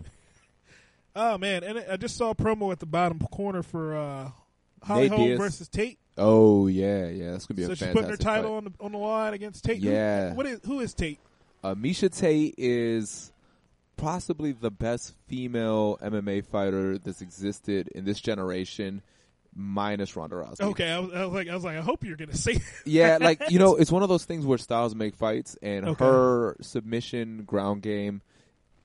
Speaker 3: Oh man, and I just saw a promo at the bottom corner for uh, Holly
Speaker 6: Nate
Speaker 3: Holm
Speaker 6: Diaz.
Speaker 3: versus Tate.
Speaker 6: Oh, yeah, yeah. That's going to be
Speaker 3: So
Speaker 6: a
Speaker 3: she's
Speaker 6: fantastic
Speaker 3: putting her title
Speaker 6: fight.
Speaker 3: on the on the line against Tate. Who-
Speaker 6: Yeah.
Speaker 3: what is who is Tate?
Speaker 6: Uh, Misha Tate is possibly the best female MMA fighter that's existed in this generation, minus Ronda Rousey.
Speaker 3: Okay, I was, I was like, I was like, I hope you're gonna say.
Speaker 6: Yeah, like you know, it's one of those things where styles make fights, and
Speaker 3: Okay.
Speaker 6: her submission ground game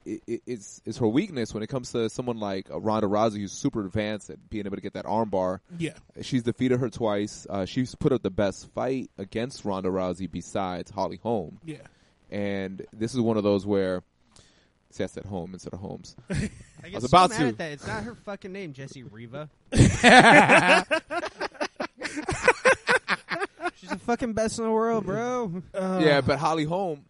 Speaker 6: i i is is her weakness when it comes to someone like uh, Ronda Rousey, who's super advanced at being able to get that armbar.
Speaker 3: yeah,
Speaker 6: She's defeated her twice. Uh, she's put up the best fight against Ronda Rousey besides Holly Holm,
Speaker 3: yeah.
Speaker 6: and this is one of those where. See, I said home instead of Holmes.
Speaker 5: I, get
Speaker 6: was about
Speaker 5: mad
Speaker 6: to.
Speaker 5: At that. It's not her fucking name, Jesse Riva. She's the fucking best in the world, bro.
Speaker 3: Uh,
Speaker 6: yeah, but Holly Holm.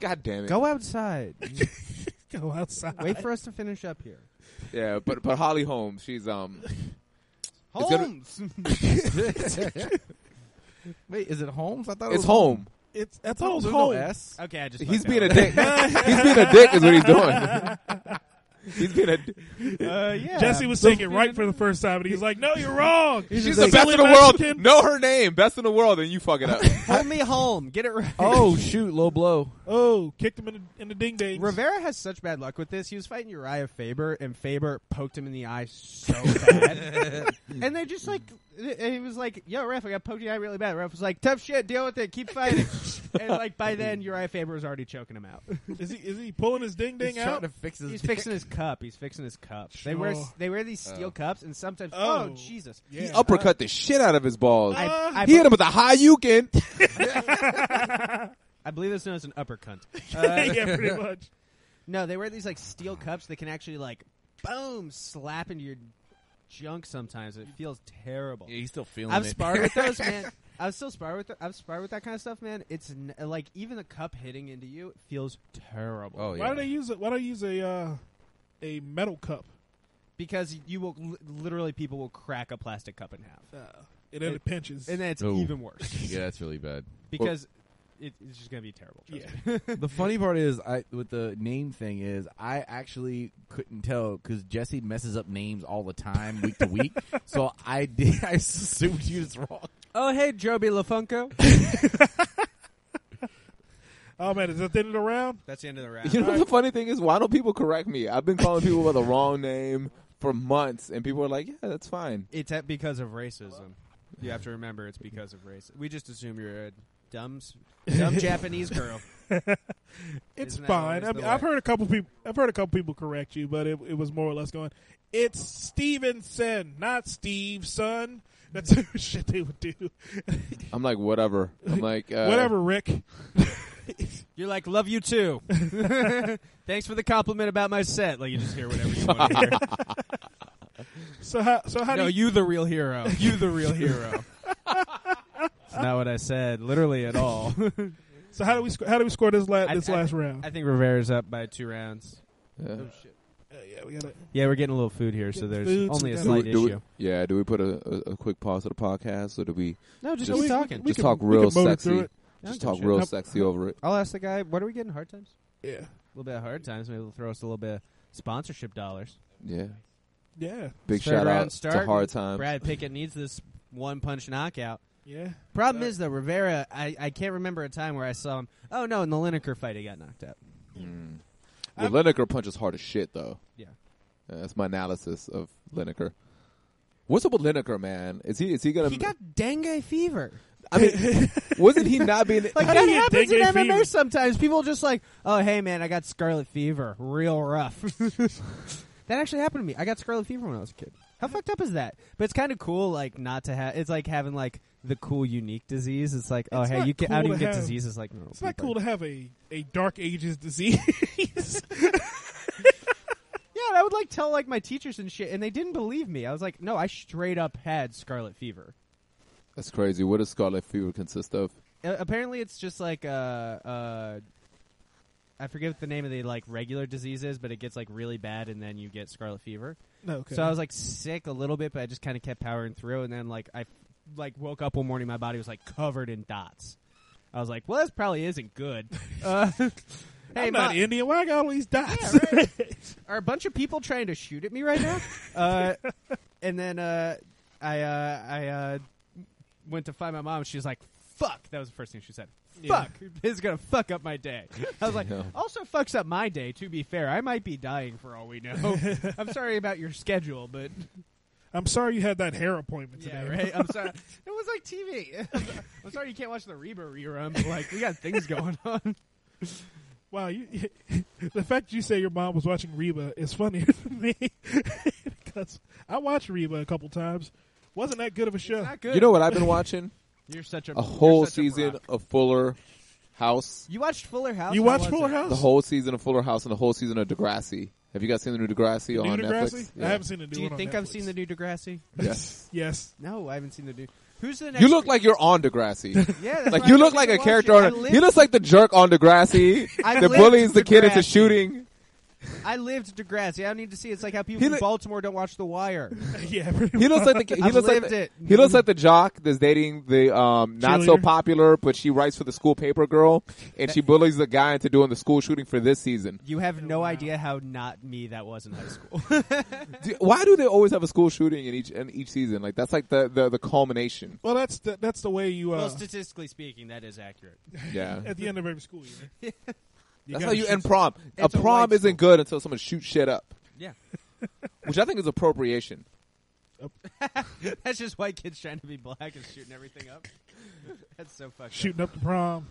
Speaker 6: God damn it.
Speaker 5: Go outside.
Speaker 3: go outside.
Speaker 5: Wait for us to finish up here.
Speaker 6: Yeah, but but Holly Holm, she's um
Speaker 5: Holmes.
Speaker 4: Wait, is it Holmes? I thought
Speaker 6: it's home.
Speaker 3: It's that's all it's
Speaker 4: There's
Speaker 3: called.
Speaker 4: no S.
Speaker 5: Okay, I just
Speaker 6: He's
Speaker 5: fucked that
Speaker 6: being a
Speaker 5: up.
Speaker 6: dick. he's being a dick is what he's doing. he's being a.
Speaker 5: Uh, yeah.
Speaker 3: Jesse was taking right for the first time, and he's like, "No, you're wrong."
Speaker 6: She's
Speaker 3: She's
Speaker 6: the best
Speaker 3: silly
Speaker 6: in the world.
Speaker 3: Mexican.
Speaker 6: Know her name. Best in the world, and you fuck it up.
Speaker 5: Hold me home. Get it right.
Speaker 4: Oh shoot, low blow.
Speaker 3: Oh, kicked him in the, in the ding ding.
Speaker 5: Rivera has such bad luck with this. He was fighting Uriah Faber, and Faber poked him in the eye so bad. and they just like, and he was like, "Yo, ref, I got poked in the eye really bad." Ref was like, "Tough shit, deal with it, keep fighting." and like by then, Uriah Faber was already choking him out.
Speaker 3: Is he is he pulling his ding ding
Speaker 4: He's trying
Speaker 3: out?
Speaker 4: to fix his.
Speaker 5: He's
Speaker 4: dick.
Speaker 5: fixing his cup. He's fixing his cup. They wear
Speaker 3: Sure.
Speaker 5: they wear these steel cups, and sometimes
Speaker 3: Oh.
Speaker 5: oh, Jesus, uh,
Speaker 3: Yeah.
Speaker 6: He uppercut the shit out of his balls.
Speaker 5: I, I,
Speaker 6: he hit him with a high Yukin.
Speaker 5: I believe this known as an uppercut. Uh,
Speaker 3: yeah, pretty much.
Speaker 5: No, they wear these like steel cups that can actually like boom slap into your junk sometimes. It feels terrible.
Speaker 4: Yeah, he's still feeling
Speaker 5: I've
Speaker 4: it.
Speaker 5: sparred with those, man. I've still sparred with. I've sparred with that kind of stuff, man. It's n- like even the cup hitting into you feels terrible
Speaker 4: oh yeah.
Speaker 3: Why do they use it? Why do they use a uh, a metal cup?
Speaker 5: because you will li- literally people will crack a plastic cup in half,
Speaker 3: It Uh, then
Speaker 5: It-
Speaker 3: it pinches.
Speaker 5: Uh, and then it's
Speaker 4: Oh.
Speaker 5: even worse
Speaker 4: yeah, that's really bad.
Speaker 5: because it, it's just gonna be terrible. trust
Speaker 3: yeah.
Speaker 5: me.
Speaker 4: the funny part is, I with the name thing is, I actually couldn't tell because Jesse messes up names all the time, week to week. So I did. I assumed you was wrong.
Speaker 5: Oh hey, Joby Lafunko.
Speaker 3: Oh man, is that the end of the round?
Speaker 5: That's the end of the round.
Speaker 6: You know the funny thing is, why don't people correct me? I've been calling people by the wrong name for months, and people are like, "Yeah, that's fine."
Speaker 5: It's at because of racism. You have to remember it's because of race. We just assume you're a dumb, s- dumb Japanese girl.
Speaker 3: It's
Speaker 5: Isn't that
Speaker 3: fine.
Speaker 5: always
Speaker 3: I
Speaker 5: the
Speaker 3: mean, I've
Speaker 5: way?
Speaker 3: heard a couple people. I've heard a couple people correct you, but it, it was more or less going. It's Stevenson, not Steve, son. That's the shit they would do.
Speaker 6: I'm like, whatever. I'm like, uh,
Speaker 3: Whatever, Rick.
Speaker 5: You're like, love you too. Thanks for the compliment about my set. Like you just hear whatever you want to hear.
Speaker 3: So how? So how
Speaker 5: no,
Speaker 3: do you,
Speaker 5: you the real hero. You the real hero. It's not what I said, literally at all.
Speaker 3: So how do we? sc- How do we score this, la-
Speaker 5: I-
Speaker 3: this
Speaker 5: I-
Speaker 3: last round?
Speaker 5: I think Rivera's up by two rounds.
Speaker 6: Yeah.
Speaker 3: Uh, yeah, we gotta.
Speaker 5: Yeah, we're getting a little food here, so
Speaker 3: Get
Speaker 5: there's
Speaker 3: food,
Speaker 5: only a
Speaker 3: some
Speaker 5: slight
Speaker 6: we, do we-
Speaker 5: issue.
Speaker 6: yeah, do we put a, a, a quick pause to the podcast, or do we
Speaker 5: No, just,
Speaker 6: Just-
Speaker 5: keep talking.
Speaker 3: We
Speaker 6: just
Speaker 3: can-
Speaker 6: talk
Speaker 3: we can
Speaker 6: real
Speaker 3: motor
Speaker 6: sexy?
Speaker 3: through it.
Speaker 5: I don't
Speaker 6: Just
Speaker 5: give a
Speaker 6: talk
Speaker 5: shit.
Speaker 6: real
Speaker 3: Nope.
Speaker 6: sexy over it.
Speaker 5: I'll ask the guy. What are we getting? Hard times.
Speaker 3: Yeah,
Speaker 5: A little bit of hard times. Maybe they'll throw us a little bit of sponsorship dollars.
Speaker 6: Yeah,
Speaker 3: yeah,
Speaker 5: Third
Speaker 6: big shout
Speaker 5: round
Speaker 6: out
Speaker 5: start.
Speaker 6: to Hard Times.
Speaker 5: Brad Pickett needs this one punch knockout.
Speaker 3: yeah.
Speaker 5: Problem
Speaker 3: Uh,
Speaker 5: is though, Rivera, I, I can't remember a time where I saw him. Oh no, in the Lineker fight, he got knocked out.
Speaker 6: Yeah, Lineker punches hard as shit, though.
Speaker 5: Yeah.
Speaker 6: Uh, that's my analysis of Lineker. What's up with Lineker, man? Is he is he gonna?
Speaker 5: He got dengue fever.
Speaker 6: I mean, wasn't he not being
Speaker 5: Like
Speaker 3: How
Speaker 5: that
Speaker 3: do you get
Speaker 5: happens in
Speaker 3: dengue
Speaker 5: MMA
Speaker 3: fever?
Speaker 5: sometimes. People just like, oh hey man, I got scarlet fever, real rough. that actually happened to me. I got scarlet fever when I was a kid. How fucked up is that? But it's kind of cool, like not to have. It's like having like the cool, unique disease. It's like, oh
Speaker 3: It's
Speaker 5: hey,
Speaker 3: not
Speaker 5: you can, I don't
Speaker 3: cool
Speaker 5: even
Speaker 3: to
Speaker 5: get
Speaker 3: have-
Speaker 5: diseases like normal.
Speaker 3: It's not cool
Speaker 5: people.
Speaker 3: to have a a dark ages disease.
Speaker 5: Yeah, and I would like tell like my teachers and shit, and they didn't believe me. I was like, no, I straight up had scarlet fever.
Speaker 6: That's crazy. What does scarlet fever consist of?
Speaker 5: Uh, apparently, it's just like uh, uh, I forget what the name of the like regular disease is, but it gets like really bad, and then you get scarlet fever.
Speaker 3: no, okay.
Speaker 5: So I was like sick a little bit, but I just kind of kept powering through, and then like I like woke up one morning, my body was like covered in dots. I was like, well, this probably isn't good. Uh, hey,
Speaker 3: I'm
Speaker 5: Ma-
Speaker 3: not Indian. Why I got all these dots?
Speaker 5: Yeah, right. are a bunch of people trying to shoot at me right now. Uh, and then uh, I uh, I uh, went to find my mom. She was like, "Fuck!" That was the first thing she said.
Speaker 3: Yeah.
Speaker 5: Fuck! This is gonna fuck up my day. I was like,
Speaker 6: Yeah.
Speaker 5: also fucks up my day. To be fair, I might be dying for all we know. I'm sorry about your schedule, but
Speaker 3: I'm sorry you had that hair appointment today.
Speaker 5: yeah, right. I'm sorry. It was like TV. I'm sorry you can't watch the Reba rerun. But like, we got things going on.
Speaker 3: Wow, you, the fact you say your mom was watching Reba is funnier than me because I watched Reba a couple times. Wasn't that good of a show?
Speaker 5: Not good.
Speaker 6: You know what I've been watching?
Speaker 5: You're such a
Speaker 6: A
Speaker 5: you're
Speaker 6: whole
Speaker 5: such a
Speaker 6: season
Speaker 5: rock.
Speaker 6: of Fuller House.
Speaker 5: You watched Fuller House.
Speaker 3: You
Speaker 5: How
Speaker 3: watched
Speaker 5: was
Speaker 3: Fuller
Speaker 5: it?
Speaker 3: House?
Speaker 6: The whole season of Fuller House and the whole season of Degrassi. Have you guys seen the new Degrassi
Speaker 3: New
Speaker 6: on
Speaker 3: Degrassi?
Speaker 6: Netflix?
Speaker 3: I haven't seen the new
Speaker 5: Do you
Speaker 3: one on
Speaker 5: think I've seen
Speaker 3: Netflix.
Speaker 5: the new Degrassi?
Speaker 6: Yes.
Speaker 3: Yes.
Speaker 5: No, I haven't seen the new. Who's the next?
Speaker 6: You look like you're on Degrassi.
Speaker 5: yeah, that's
Speaker 6: like
Speaker 5: why
Speaker 6: you
Speaker 5: I
Speaker 6: look
Speaker 5: need
Speaker 6: like
Speaker 5: to
Speaker 6: a
Speaker 5: watch
Speaker 6: character
Speaker 5: it.
Speaker 6: on.
Speaker 5: I
Speaker 6: a-
Speaker 5: lived-
Speaker 6: He looks like the jerk on Degrassi.
Speaker 5: I
Speaker 6: the
Speaker 5: lived
Speaker 6: bullies the kid into
Speaker 5: Degrassi.
Speaker 6: shooting.
Speaker 5: I lived Degrassi. I don't need to see. It's like how people
Speaker 6: He
Speaker 5: in
Speaker 6: li-
Speaker 5: Baltimore don't watch The Wire.
Speaker 3: yeah, pretty
Speaker 6: He
Speaker 3: much.
Speaker 6: looks like the he
Speaker 5: I've
Speaker 6: looks like
Speaker 5: lived
Speaker 6: the,
Speaker 5: it. Mm-hmm.
Speaker 6: he looks like the jock that's dating the um, not so
Speaker 3: Cheerleader.
Speaker 6: popular, but she writes for the school paper girl, and she bullies the guy into doing the school shooting for this season.
Speaker 5: You have no idea how not me that was in high school.
Speaker 6: Do- why do they always have a school shooting in each in each season? Like that's like the the, the culmination.
Speaker 3: well, that's the, that's the way you. Uh,
Speaker 5: well, statistically speaking, that is accurate.
Speaker 6: Yeah,
Speaker 3: at the end of every school year. You
Speaker 6: that's how
Speaker 3: gotta
Speaker 6: you
Speaker 3: shoot
Speaker 6: end
Speaker 3: some-
Speaker 6: prom. A
Speaker 5: It's a
Speaker 6: prom
Speaker 5: white
Speaker 6: isn't good until someone shoots shit up,
Speaker 5: Yeah,
Speaker 6: which I think is appropriation.
Speaker 5: that's just white kids trying to be black and shooting everything up. That's so fucked
Speaker 3: shooting up the prom.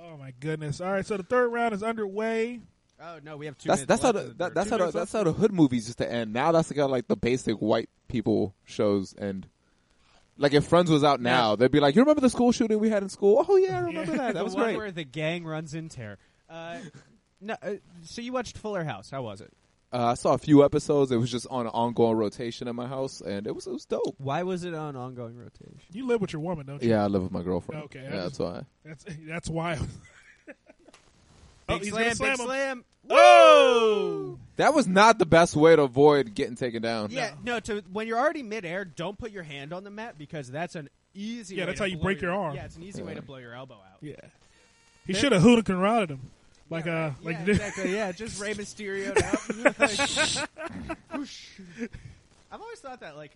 Speaker 3: oh my goodness! All right, so the third round is underway.
Speaker 5: up. Oh no, we have two.
Speaker 6: That's
Speaker 5: minutes
Speaker 6: that's how
Speaker 5: left
Speaker 6: the,
Speaker 5: in the
Speaker 6: that,
Speaker 5: third.
Speaker 6: that's how the,
Speaker 3: minutes
Speaker 6: that's how the hood movies used to end. Now that's got like the basic white people shows end. Like if Friends was out now, they'd be like, "You remember the school shooting we had in school? Oh yeah, I remember that. That
Speaker 5: the
Speaker 6: was
Speaker 5: one
Speaker 6: great."
Speaker 5: where the gang runs in terror. Uh, no, uh, so you watched Fuller House? How was it?
Speaker 6: Uh, I saw a few episodes. It was just on an ongoing rotation at my house, and it was it was dope.
Speaker 5: Why was it on ongoing rotation?
Speaker 3: You live with your woman, don't you?
Speaker 6: Yeah, I live with my girlfriend.
Speaker 3: Okay, I
Speaker 6: yeah,
Speaker 3: just-
Speaker 6: that's why.
Speaker 3: That's that's wild. oh,
Speaker 5: Big
Speaker 3: he's gonna
Speaker 5: slam,
Speaker 3: slam Oh! him.
Speaker 5: big slam.
Speaker 3: Whoa!
Speaker 6: That was not the best way to avoid getting taken down.
Speaker 5: Yeah, no. To when you're already midair, don't put your hand on the mat because that's an easy.
Speaker 3: Yeah,
Speaker 5: way
Speaker 3: that's
Speaker 5: to
Speaker 3: how you
Speaker 5: blow
Speaker 3: break your arm.
Speaker 5: Yeah, it's an easy way
Speaker 6: Yeah.
Speaker 5: to blow your elbow out.
Speaker 3: Yeah, he should have hooligan rotted him, like uh,
Speaker 5: Yeah,
Speaker 3: like you did.
Speaker 5: exactly. Yeah, just Rey Mysterio. Now. I've always thought that, like,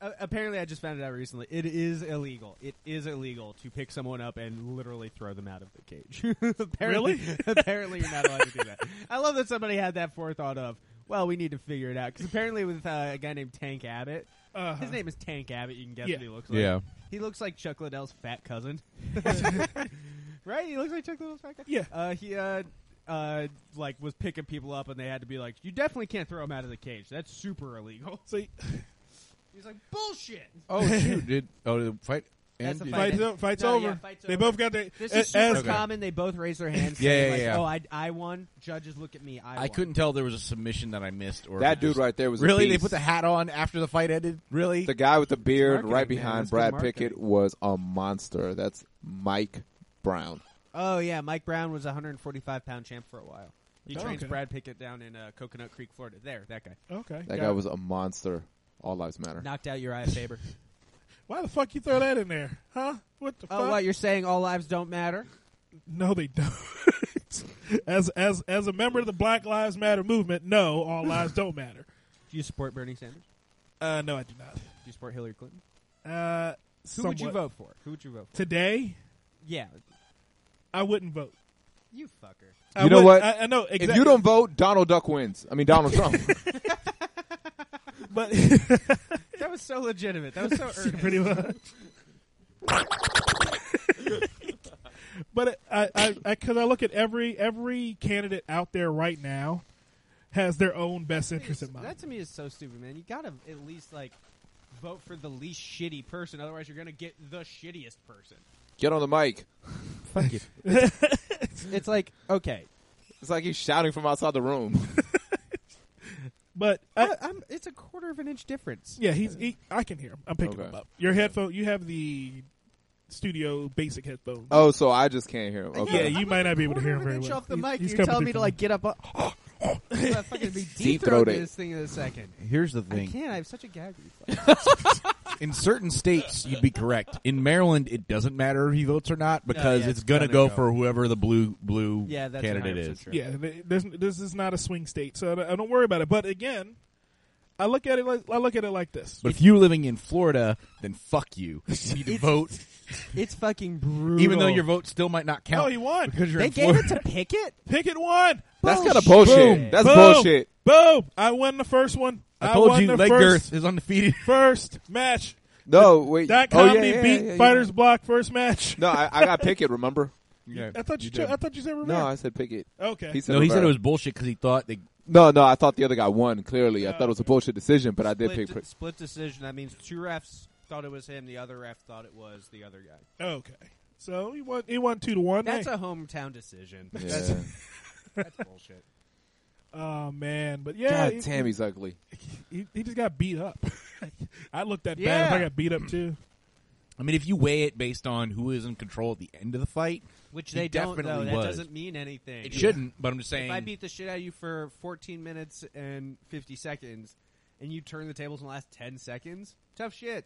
Speaker 5: uh, apparently, I just found it out recently. It is illegal. It is illegal to pick someone up and literally throw them out of the cage. apparently,
Speaker 3: Really?
Speaker 5: apparently, you're not allowed to do that. I love that somebody had that forethought of. Well, we need to figure it out because apparently, with uh, a guy named Tank Abbott,
Speaker 3: Uh-huh.
Speaker 5: his name is Tank Abbott. You can guess
Speaker 3: Yeah.
Speaker 5: what he looks like.
Speaker 4: Yeah.
Speaker 5: he looks like Chuck Liddell's fat cousin. right? He looks like Chuck Liddell's fat cousin.
Speaker 3: Yeah.
Speaker 5: Uh, he uh, uh, like was picking people up, and they had to be like, "You definitely can't throw him out of the cage. That's super illegal."
Speaker 3: So he-
Speaker 5: He's like, "Bullshit."
Speaker 4: Oh shoot! Did oh the fight?
Speaker 5: That's the
Speaker 4: ended?
Speaker 5: fight.
Speaker 3: fight's, o- fight's
Speaker 5: No,
Speaker 3: over.
Speaker 5: yeah, fight's
Speaker 3: they
Speaker 5: over.
Speaker 3: both got their.
Speaker 5: This
Speaker 3: a-
Speaker 5: is super
Speaker 3: as-
Speaker 5: common. They both raise their hands.
Speaker 4: Yeah,
Speaker 5: saying,
Speaker 4: yeah,
Speaker 5: like,
Speaker 4: yeah.
Speaker 5: Oh, I, I won. Judges, look at me. I.
Speaker 4: I
Speaker 5: won."
Speaker 4: couldn't tell there was a submission that I missed. Or
Speaker 6: That
Speaker 4: if it
Speaker 6: dude
Speaker 4: was-
Speaker 6: right there was a
Speaker 4: really. They
Speaker 6: beast.
Speaker 4: put the hat on after the fight ended. Really?
Speaker 6: The guy with the beard
Speaker 5: marketing,
Speaker 6: right
Speaker 5: man.
Speaker 6: behind
Speaker 5: That's good
Speaker 6: Brad
Speaker 5: marketing.
Speaker 6: Pickett was a monster. That's Mike Brown.
Speaker 5: Oh yeah, Mike Brown was a 145 pound champ for a while. He
Speaker 3: Oh,
Speaker 5: trains
Speaker 3: okay.
Speaker 5: Brad Pickett down in uh, Coconut Creek, Florida. There, that guy
Speaker 3: Okay.
Speaker 6: That
Speaker 3: got
Speaker 6: guy
Speaker 3: it.
Speaker 6: was a monster. All lives matter.
Speaker 5: knocked out Uriah Faber.
Speaker 3: Why the fuck you throw that in there? Huh? What the
Speaker 5: oh,
Speaker 3: fuck?
Speaker 5: what you're saying? All lives don't matter.
Speaker 3: No, they don't. as as as a member of the Black Lives Matter movement, no, all lives don't matter.
Speaker 5: Do you support Bernie Sanders?
Speaker 3: Uh, no, I do not.
Speaker 5: Do you support Hillary Clinton?
Speaker 3: Uh,
Speaker 5: Who would you
Speaker 3: somewhat.
Speaker 5: vote for? Who would you vote for?
Speaker 3: today?
Speaker 5: Yeah,
Speaker 3: I wouldn't vote.
Speaker 5: you fucker.
Speaker 3: I
Speaker 6: You know
Speaker 3: would-
Speaker 6: what?
Speaker 3: I, I know exactly.
Speaker 6: If you don't vote, Donald Duck wins. I mean Donald Trump.
Speaker 3: but
Speaker 5: That was so legitimate. That was so earnest.
Speaker 3: pretty much. but uh, I I because I, look at every every candidate out there right now has their own best interest in mind.
Speaker 5: That to me is so stupid, man. You gotta at least like vote for the least shitty person. Otherwise, you're gonna get the shittiest person.
Speaker 6: Get on the mic.
Speaker 5: It's like okay,
Speaker 6: It's like he's shouting from outside the room.
Speaker 3: but uh, I,
Speaker 5: I'm, it's a quarter of an inch difference.
Speaker 3: yeah, he's he, I can hear him. I'm picking
Speaker 6: Okay.
Speaker 3: him up. Your headphone. You have the studio basic headphones.
Speaker 6: Oh, so I just can't hear him. Okay.
Speaker 3: Yeah, you might not be able to
Speaker 5: Quarter
Speaker 3: hear
Speaker 5: of
Speaker 3: him
Speaker 5: an
Speaker 3: very
Speaker 5: inch
Speaker 3: well.
Speaker 5: off the
Speaker 3: He's-
Speaker 5: mic.
Speaker 3: he's
Speaker 5: You're
Speaker 3: coming
Speaker 5: telling
Speaker 3: through
Speaker 5: me to
Speaker 3: the
Speaker 5: like get up. On, I'm fucking be deep
Speaker 6: Deep-throated.
Speaker 5: this thing in a second.
Speaker 4: Here's the
Speaker 5: I
Speaker 4: thing.
Speaker 5: can't. I have such a gag reflex.
Speaker 4: in certain states you'd be correct. In Maryland, it doesn't matter if he votes or not because
Speaker 5: yeah,
Speaker 4: it's
Speaker 5: it's
Speaker 4: gonna,
Speaker 5: gonna
Speaker 4: go,
Speaker 5: go.
Speaker 4: for whoever the blue blue
Speaker 5: yeah, that's
Speaker 4: candidate
Speaker 5: 100%
Speaker 4: is.
Speaker 5: True.
Speaker 3: Yeah, th- this, this is not a swing state, so I don't- I don't worry about it. But again, I look at it like I look at it like this.
Speaker 4: But if you're living in Florida, then fuck you. You need to vote,
Speaker 5: It's fucking brutal.
Speaker 4: even though your vote still might not count.
Speaker 3: Oh, he won.
Speaker 4: because you're
Speaker 5: they
Speaker 4: in
Speaker 5: gave
Speaker 4: Florida.
Speaker 5: it to Pickett.
Speaker 3: Picket one.
Speaker 6: That's kind of
Speaker 5: Bullshit.
Speaker 6: bullshit.
Speaker 5: Boom.
Speaker 6: That's
Speaker 3: Boom.
Speaker 6: bullshit.
Speaker 3: Boom! I won the first one.
Speaker 4: I told
Speaker 3: won
Speaker 4: you,
Speaker 3: the
Speaker 4: leg
Speaker 3: first,
Speaker 4: girth is undefeated.
Speaker 3: first match.
Speaker 6: No, wait.
Speaker 3: That
Speaker 6: oh, yeah,
Speaker 3: comedy
Speaker 6: yeah,
Speaker 3: beat
Speaker 6: yeah, yeah,
Speaker 3: Fighters
Speaker 6: yeah.
Speaker 3: Block first match.
Speaker 6: No, I, I got Pickett. Remember?
Speaker 3: I thought you.
Speaker 4: did.
Speaker 3: I thought you said Rivera.
Speaker 6: No, I said Pickett.
Speaker 3: okay.
Speaker 6: He said
Speaker 4: no, he said
Speaker 6: Rivera.
Speaker 4: it was bullshit because he thought they.
Speaker 6: No, no, I thought the other guy won. Clearly, I thought it
Speaker 3: Oh,
Speaker 6: was a bullshit decision, but I did
Speaker 5: split,
Speaker 6: pick. Pickett.
Speaker 5: split decision. That means two refs thought it was him. The other ref thought it was the other guy.
Speaker 3: okay. So he won. He won two to one.
Speaker 5: That's
Speaker 3: Hey.
Speaker 5: a hometown decision.
Speaker 6: Yeah.
Speaker 5: That's bullshit.
Speaker 3: oh man, but yeah,
Speaker 6: God
Speaker 3: he,
Speaker 6: damn, he's ugly.
Speaker 3: he, he just got beat up. I looked that bad.
Speaker 5: Yeah.
Speaker 3: If I got beat up too.
Speaker 4: I mean, if you weigh it based on who is in control at the end of the fight,
Speaker 5: Which
Speaker 4: he
Speaker 5: they don't
Speaker 4: definitely
Speaker 5: though. That
Speaker 4: was.
Speaker 5: doesn't mean anything.
Speaker 4: it shouldn't. But I'm just saying,
Speaker 5: If I beat the shit out of you for 14 minutes and 50 seconds, and you turn the tables in the last 10 seconds, tough shit.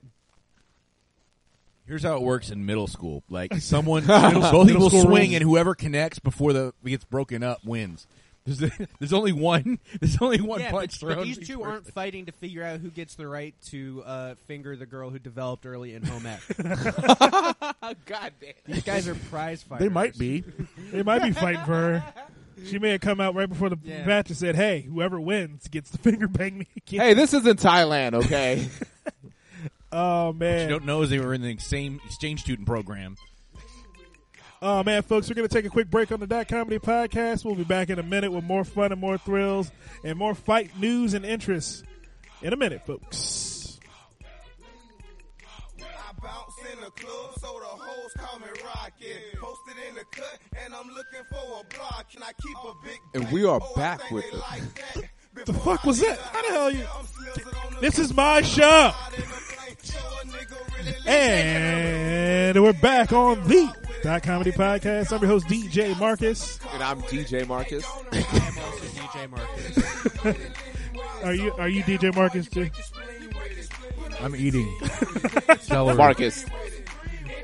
Speaker 4: Here's how it works in middle school. Like someone, both
Speaker 3: middle
Speaker 4: people
Speaker 3: school
Speaker 4: swing,
Speaker 3: rules.
Speaker 4: and whoever connects before the it gets broken up wins. There's, there's only one. There's only one
Speaker 5: yeah,
Speaker 4: punch
Speaker 5: but, but
Speaker 4: thrown.
Speaker 5: these
Speaker 4: to each
Speaker 5: two
Speaker 4: person.
Speaker 5: aren't fighting to figure out who gets the right to uh, finger the girl who developed early in home ec.
Speaker 6: God damn.
Speaker 5: These guys are prize fighters.
Speaker 3: They might be. They might be fighting for her. She may have come out right before the
Speaker 5: Yeah.
Speaker 3: match and said, "Hey, whoever wins gets to finger bang me again."
Speaker 6: Hey, this is in Thailand, okay?
Speaker 3: Oh man!
Speaker 4: You don't know is they were in the same exchange student program.
Speaker 3: Oh man, folks, we're gonna take a quick break on the Dot Comedy Podcast. We'll be back in a minute with more fun and more thrills and more fight news and interest. In a minute, folks.
Speaker 2: I bounce in the club, so the hoes call me Rocket. Posted in the cut, and I'm looking for a block. Can I keep a big?
Speaker 6: And we are
Speaker 2: Oh, I
Speaker 6: back
Speaker 2: think
Speaker 6: with
Speaker 2: they
Speaker 6: it.
Speaker 2: like that.
Speaker 3: The fuck was that? How the hell you?
Speaker 2: I'm slizzing on the
Speaker 3: This is my show,
Speaker 2: side in the plane. Show a nigga really
Speaker 3: and we're back on the Dot Comedy Podcast. I'm your host DJ Marcus.
Speaker 6: and I'm DJ Marcus.
Speaker 5: DJ Marcus.
Speaker 3: Are you are you DJ Marcus too?
Speaker 4: I'm eating.
Speaker 6: Marcus.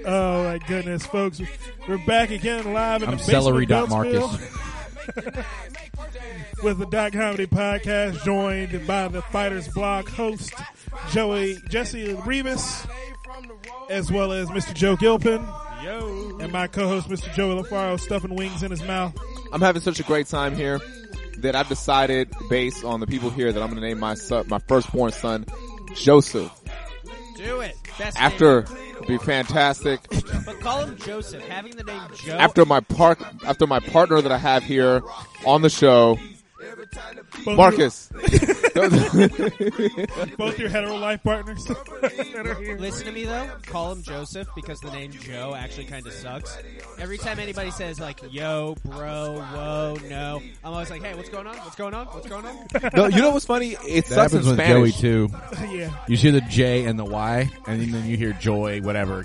Speaker 3: Oh my goodness, folks, we're back again live in the
Speaker 4: I'm
Speaker 3: basement
Speaker 4: celery
Speaker 3: of
Speaker 4: dot
Speaker 3: Beltsville
Speaker 4: Marcus.
Speaker 3: with the Dot Comedy Podcast, joined by the Fighters Blog host Joey Jesse Rebus, as well as Mr. Joe Gilpin, and my co-host Mr. Joey LaFaro, stuffing wings in his mouth.
Speaker 6: I'm having such a great time here that I've decided, based on the people here, that I'm going to name my son, my firstborn son, Joseph.
Speaker 5: Do it. Best name.
Speaker 6: After be fantastic.
Speaker 5: But call him Joseph. Having the name Joe.
Speaker 6: After my park, after my partner that I have here on the show,
Speaker 3: Both
Speaker 6: Marcus.
Speaker 3: your, both your hetero life partners. that are here.
Speaker 5: Listen to me though. Call him Joseph because the name Joe actually kind of sucks. Every time anybody says like "Yo, bro, whoa, no," I'm always like, "Hey, what's going on? What's going on? What's going on?"
Speaker 6: no, you know what's funny? It sucks in Spanish.
Speaker 4: too.
Speaker 3: yeah,
Speaker 4: You see the J and the Y, and then you hear joy, whatever.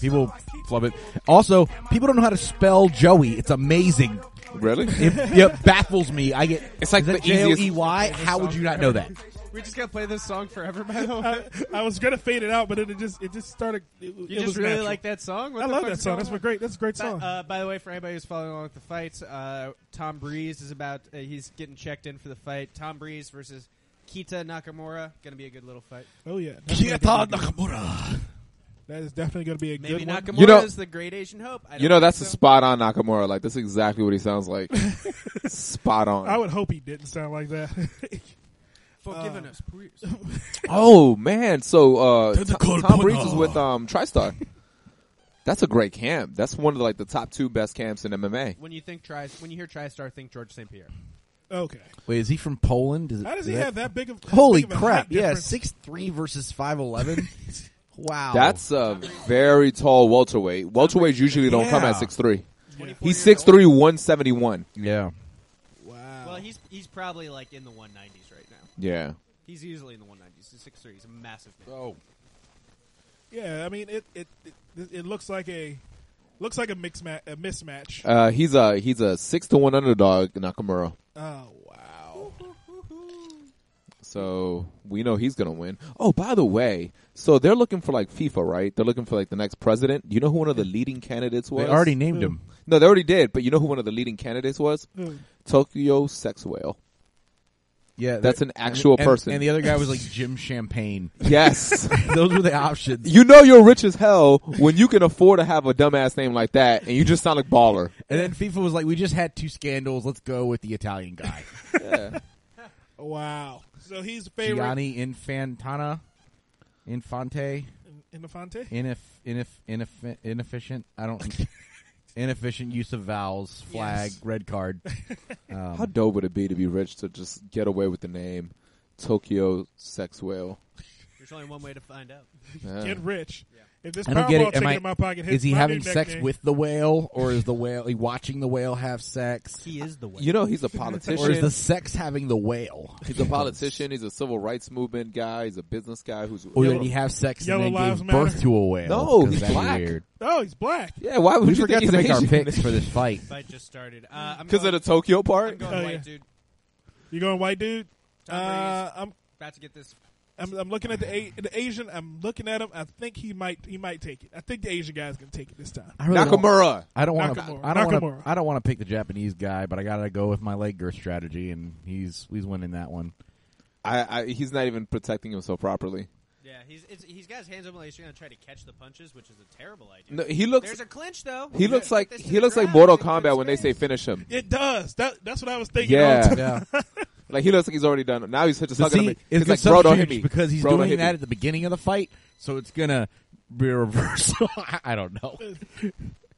Speaker 4: People flub it. Also, people don't know how to spell Joey. It's amazing.
Speaker 6: Really?
Speaker 4: It, it baffles me. I get
Speaker 6: It's like
Speaker 4: is that
Speaker 6: the easiest-
Speaker 4: J O E Y. How would you not know that?
Speaker 5: We're just gonna play this song forever, by the way.
Speaker 3: I, I was gonna fade it out, but then it just it just started. It, it
Speaker 5: You just
Speaker 3: was
Speaker 5: really
Speaker 3: natural.
Speaker 5: like that song? What
Speaker 3: I
Speaker 5: the
Speaker 3: love
Speaker 5: fuck
Speaker 3: that
Speaker 5: is
Speaker 3: song.
Speaker 5: going
Speaker 3: That's a
Speaker 5: on?
Speaker 3: great. That's a great
Speaker 5: By,
Speaker 3: song.
Speaker 5: uh, by the way, for anybody who's following along with the fights, uh, Tom Breeze is about. Uh, he's getting checked in for the fight. Tom Breeze versus Kita Nakamura. Gonna be a good little fight.
Speaker 3: oh yeah,
Speaker 4: Nakamura.
Speaker 3: that is definitely gonna be a
Speaker 5: Maybe
Speaker 3: good one.
Speaker 5: Nakamura
Speaker 6: You know-
Speaker 5: is the great Asian hope. I don't
Speaker 6: You know,
Speaker 5: think
Speaker 6: that's a
Speaker 5: so.
Speaker 6: spot on Nakamura. Like, that's exactly what he sounds like. spot on.
Speaker 3: I would hope he didn't sound like that.
Speaker 5: for giving us Breeze.
Speaker 6: oh, man. So, uh,
Speaker 4: That's a
Speaker 6: Tom,
Speaker 4: cold
Speaker 6: Tom
Speaker 4: put-
Speaker 6: Breeze is with,
Speaker 4: oh.
Speaker 6: um, TriStar. That's a great camp. That's one of, like, the top two best camps in MMA.
Speaker 5: when you think tries, when you hear TriStar, think George St. Pierre.
Speaker 3: okay,
Speaker 4: Wait, is he from Poland? Is it-
Speaker 3: how does
Speaker 4: is
Speaker 3: he
Speaker 4: that-
Speaker 3: have that big of
Speaker 4: Holy
Speaker 3: big of a height
Speaker 4: crap! Yeah,
Speaker 3: difference?
Speaker 4: six three versus five eleven. wow,
Speaker 6: That's a very tall welterweight. Welterweights usually don't come
Speaker 4: Yeah.
Speaker 6: at 6'3".
Speaker 5: 24
Speaker 6: He's
Speaker 5: years old.
Speaker 6: 6'3", 171.
Speaker 4: yeah.
Speaker 5: Well, he's he's probably like in the 190s right now.
Speaker 6: Yeah.
Speaker 5: He's usually in the 190s. He's 6'3". He's a massive man.
Speaker 4: Oh,
Speaker 3: Yeah, I mean it. It it, it looks like a looks like a mix ma- a mismatch.
Speaker 6: Uh, he's a, he's a 6 to 1 underdog, Nakamura.
Speaker 3: oh wow!
Speaker 6: So we know he's gonna win. Oh, by the way, so they're looking for like FIFA, right? They're looking for like the next president. You know who one of the leading candidates was?
Speaker 4: they already named him.
Speaker 6: no, they already did. But you know who one of the leading candidates was?
Speaker 4: Hmm.
Speaker 3: Who?
Speaker 6: Tokyo Sex Whale.
Speaker 4: Yeah,
Speaker 6: That's an actual
Speaker 4: and-
Speaker 6: person.
Speaker 4: And the other guy was like Jim Champagne.
Speaker 6: Yes,
Speaker 4: Those were the options.
Speaker 6: you know you're rich as hell when you can afford to have a dumbass name like that, and you just sound like baller.
Speaker 4: And then FIFA was like, "We just had two scandals. Let's go with the Italian guy,
Speaker 3: Wow! So he's the favorite
Speaker 4: Gianni Infantana, Infante,
Speaker 3: in the Fonte.
Speaker 4: ineff, ineff, ineff, inefficient. I don't inefficient use of vowels, flag,
Speaker 3: Yes.
Speaker 4: red card. Um,
Speaker 6: How dope would it be to be rich to just get away with the name Tokyo Sex Whale?
Speaker 5: You're There's only one way to find out.
Speaker 3: Get rich. If this
Speaker 4: I don't get
Speaker 3: Powerball
Speaker 4: it.
Speaker 3: ticket
Speaker 4: Am I,
Speaker 3: in my pocket hits
Speaker 4: is he
Speaker 3: my
Speaker 4: having
Speaker 3: new neck
Speaker 4: sex
Speaker 3: day-
Speaker 4: with the whale, or is the whale he watching the whale have sex,
Speaker 5: He is the way.
Speaker 6: You know, he's a
Speaker 4: or is
Speaker 6: politician.
Speaker 4: the sex having the whale?
Speaker 6: He's a politician. He's a civil rights movement guy. He's a business guy who's.
Speaker 4: Or did he have sex
Speaker 3: Yellow
Speaker 4: and then
Speaker 3: Lives
Speaker 4: gave birth
Speaker 3: Matter?
Speaker 4: to a whale?
Speaker 6: No,
Speaker 4: 'Cause
Speaker 6: he's
Speaker 4: that'd be
Speaker 6: black.
Speaker 4: weird.
Speaker 3: Oh, he's black.
Speaker 6: yeah, why would
Speaker 4: We
Speaker 6: you
Speaker 4: forgot
Speaker 6: think
Speaker 4: to make
Speaker 6: he's
Speaker 4: our
Speaker 6: Asian?
Speaker 4: picks for this fight.
Speaker 1: Fight just started. Uh, I'm
Speaker 6: Because of
Speaker 1: going-
Speaker 6: the Tokyo part?
Speaker 1: I'm going
Speaker 3: Oh,
Speaker 1: white
Speaker 3: yeah.
Speaker 1: dude.
Speaker 3: You going white dude?
Speaker 1: Tom
Speaker 3: Uh, I'm,
Speaker 1: About to get this.
Speaker 3: I'm I'm looking at the A- the Asian. I'm looking at him. I think he might he might take it. I think the Asian guy's gonna take it this time.
Speaker 4: I really don't-
Speaker 6: Nakamura.
Speaker 4: I don't want to.
Speaker 3: Nakamura.
Speaker 4: I don't
Speaker 3: Nakamura.
Speaker 4: want to. I don't want to pick the Japanese guy, but I gotta go with my leg girth strategy, and he's he's winning that one.
Speaker 6: I, I, he's not even protecting himself properly.
Speaker 1: Yeah, he's it's, he's got his hands up like he's going to try to catch the punches, which is a terrible idea.
Speaker 6: No, he looks.
Speaker 1: There's a clinch though.
Speaker 6: He
Speaker 1: You
Speaker 6: looks
Speaker 1: gotta
Speaker 6: like
Speaker 1: get this to
Speaker 6: he
Speaker 1: the
Speaker 6: looks like
Speaker 1: ground.
Speaker 6: Mortal
Speaker 1: It's a good
Speaker 6: Kombat when they say
Speaker 1: space.
Speaker 6: finish him.
Speaker 3: It does. That that's what I was thinking.
Speaker 6: Yeah.
Speaker 3: all the time.
Speaker 4: Yeah.
Speaker 6: Like he looks like he's already done. it. Now he's such a
Speaker 4: But
Speaker 6: sucker. to
Speaker 4: see,
Speaker 6: me.
Speaker 4: it's
Speaker 6: He's like,
Speaker 4: good
Speaker 6: bro, don't hit
Speaker 4: subterfuge
Speaker 6: me
Speaker 4: because he's
Speaker 6: Bro, don't
Speaker 4: doing
Speaker 6: hit me."
Speaker 4: that at the beginning of the fight, so it's gonna be a reversal. I- I don't know.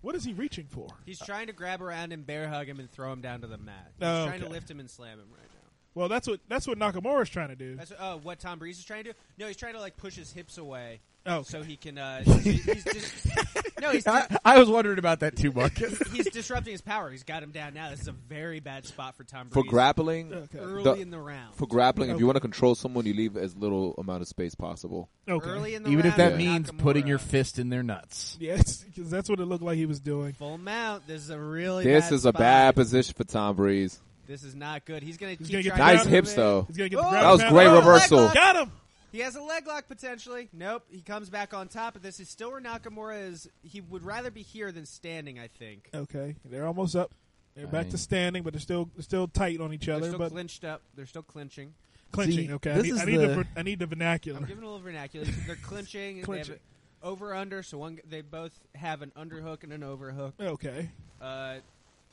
Speaker 3: What is he reaching for?
Speaker 5: He's trying to grab around and bear hug him and throw him down to the mat. He's
Speaker 3: Oh,
Speaker 5: trying to
Speaker 3: okay.
Speaker 5: lift him and slam him right now.
Speaker 3: Well, that's what that's what Nakamura's trying to do.
Speaker 5: That's uh, what Tom Breeze is trying to do. No, he's trying to like push his hips away
Speaker 3: Oh, okay.
Speaker 5: so he can. Uh, he's, he's dis- no, he's
Speaker 4: I, I was wondering about that too, Marcus.
Speaker 5: he's disrupting his power. He's got him down now. This is a very bad spot for Tom
Speaker 6: for
Speaker 5: Breeze.
Speaker 6: grappling.
Speaker 3: Okay.
Speaker 5: early
Speaker 6: the-
Speaker 5: in the round.
Speaker 6: For grappling, if you want to control someone, you leave as little amount of space possible.
Speaker 3: okay.
Speaker 5: Early in the
Speaker 4: Even if
Speaker 5: round,
Speaker 4: that
Speaker 5: you
Speaker 4: means
Speaker 5: knock
Speaker 4: putting
Speaker 5: Kimura.
Speaker 4: your fist in their nuts.
Speaker 3: Yes, because that's what it looked like he was doing.
Speaker 5: full mount. This is a really
Speaker 6: This
Speaker 5: bad
Speaker 6: is a
Speaker 5: spot.
Speaker 6: bad position for Tom Breeze.
Speaker 5: This is not good. He's gonna keep
Speaker 3: gonna get
Speaker 5: trying
Speaker 3: the
Speaker 5: to move
Speaker 6: Nice
Speaker 3: ground-
Speaker 6: hips
Speaker 5: it.
Speaker 6: though.
Speaker 3: He's gonna get the
Speaker 5: Oh,
Speaker 3: ground
Speaker 6: That was
Speaker 3: pound.
Speaker 6: great
Speaker 5: Oh,
Speaker 6: reversal.
Speaker 5: leg lock.
Speaker 3: Got him.
Speaker 5: He has a leg lock potentially. Nope. He comes back on top of this. Is still where Nakamura is. He would rather be here than standing. I think.
Speaker 3: Okay, they're almost up. They're back
Speaker 4: Dang.
Speaker 3: to standing, but they're still they're still tight on each
Speaker 5: They're
Speaker 3: other,
Speaker 5: still
Speaker 3: but
Speaker 5: clinched up. They're still clinching.
Speaker 3: clinching.
Speaker 4: See,
Speaker 3: okay, I
Speaker 4: this
Speaker 3: need,
Speaker 4: is
Speaker 3: I need the,
Speaker 4: the-
Speaker 3: ver- I need the vernacular.
Speaker 5: I'm giving a little vernacular. They're clinching.
Speaker 3: Clinching.
Speaker 5: Over under. So one. They both have an underhook and an overhook.
Speaker 3: Okay,
Speaker 5: Uh,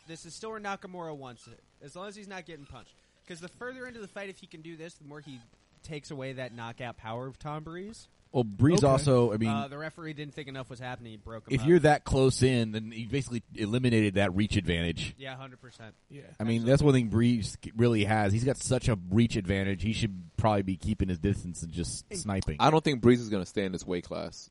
Speaker 5: this is still where Nakamura wants it, as long as he's not getting punched. Because the further into the fight, if he can do this, the more he takes away that knockout power of Tom Breeze.
Speaker 4: Well, Breeze
Speaker 3: Okay.
Speaker 4: also. I mean,
Speaker 5: Uh, the referee didn't think enough was happening. He broke him.
Speaker 4: if
Speaker 5: up.
Speaker 4: you're that close in, then you basically eliminated that reach advantage.
Speaker 5: yeah, hundred percent.
Speaker 3: yeah.
Speaker 4: I mean, that's one thing Breeze really has. He's got such a reach advantage. He should probably be keeping his distance and just sniping.
Speaker 6: I don't think Breeze is going to stay in this weight class.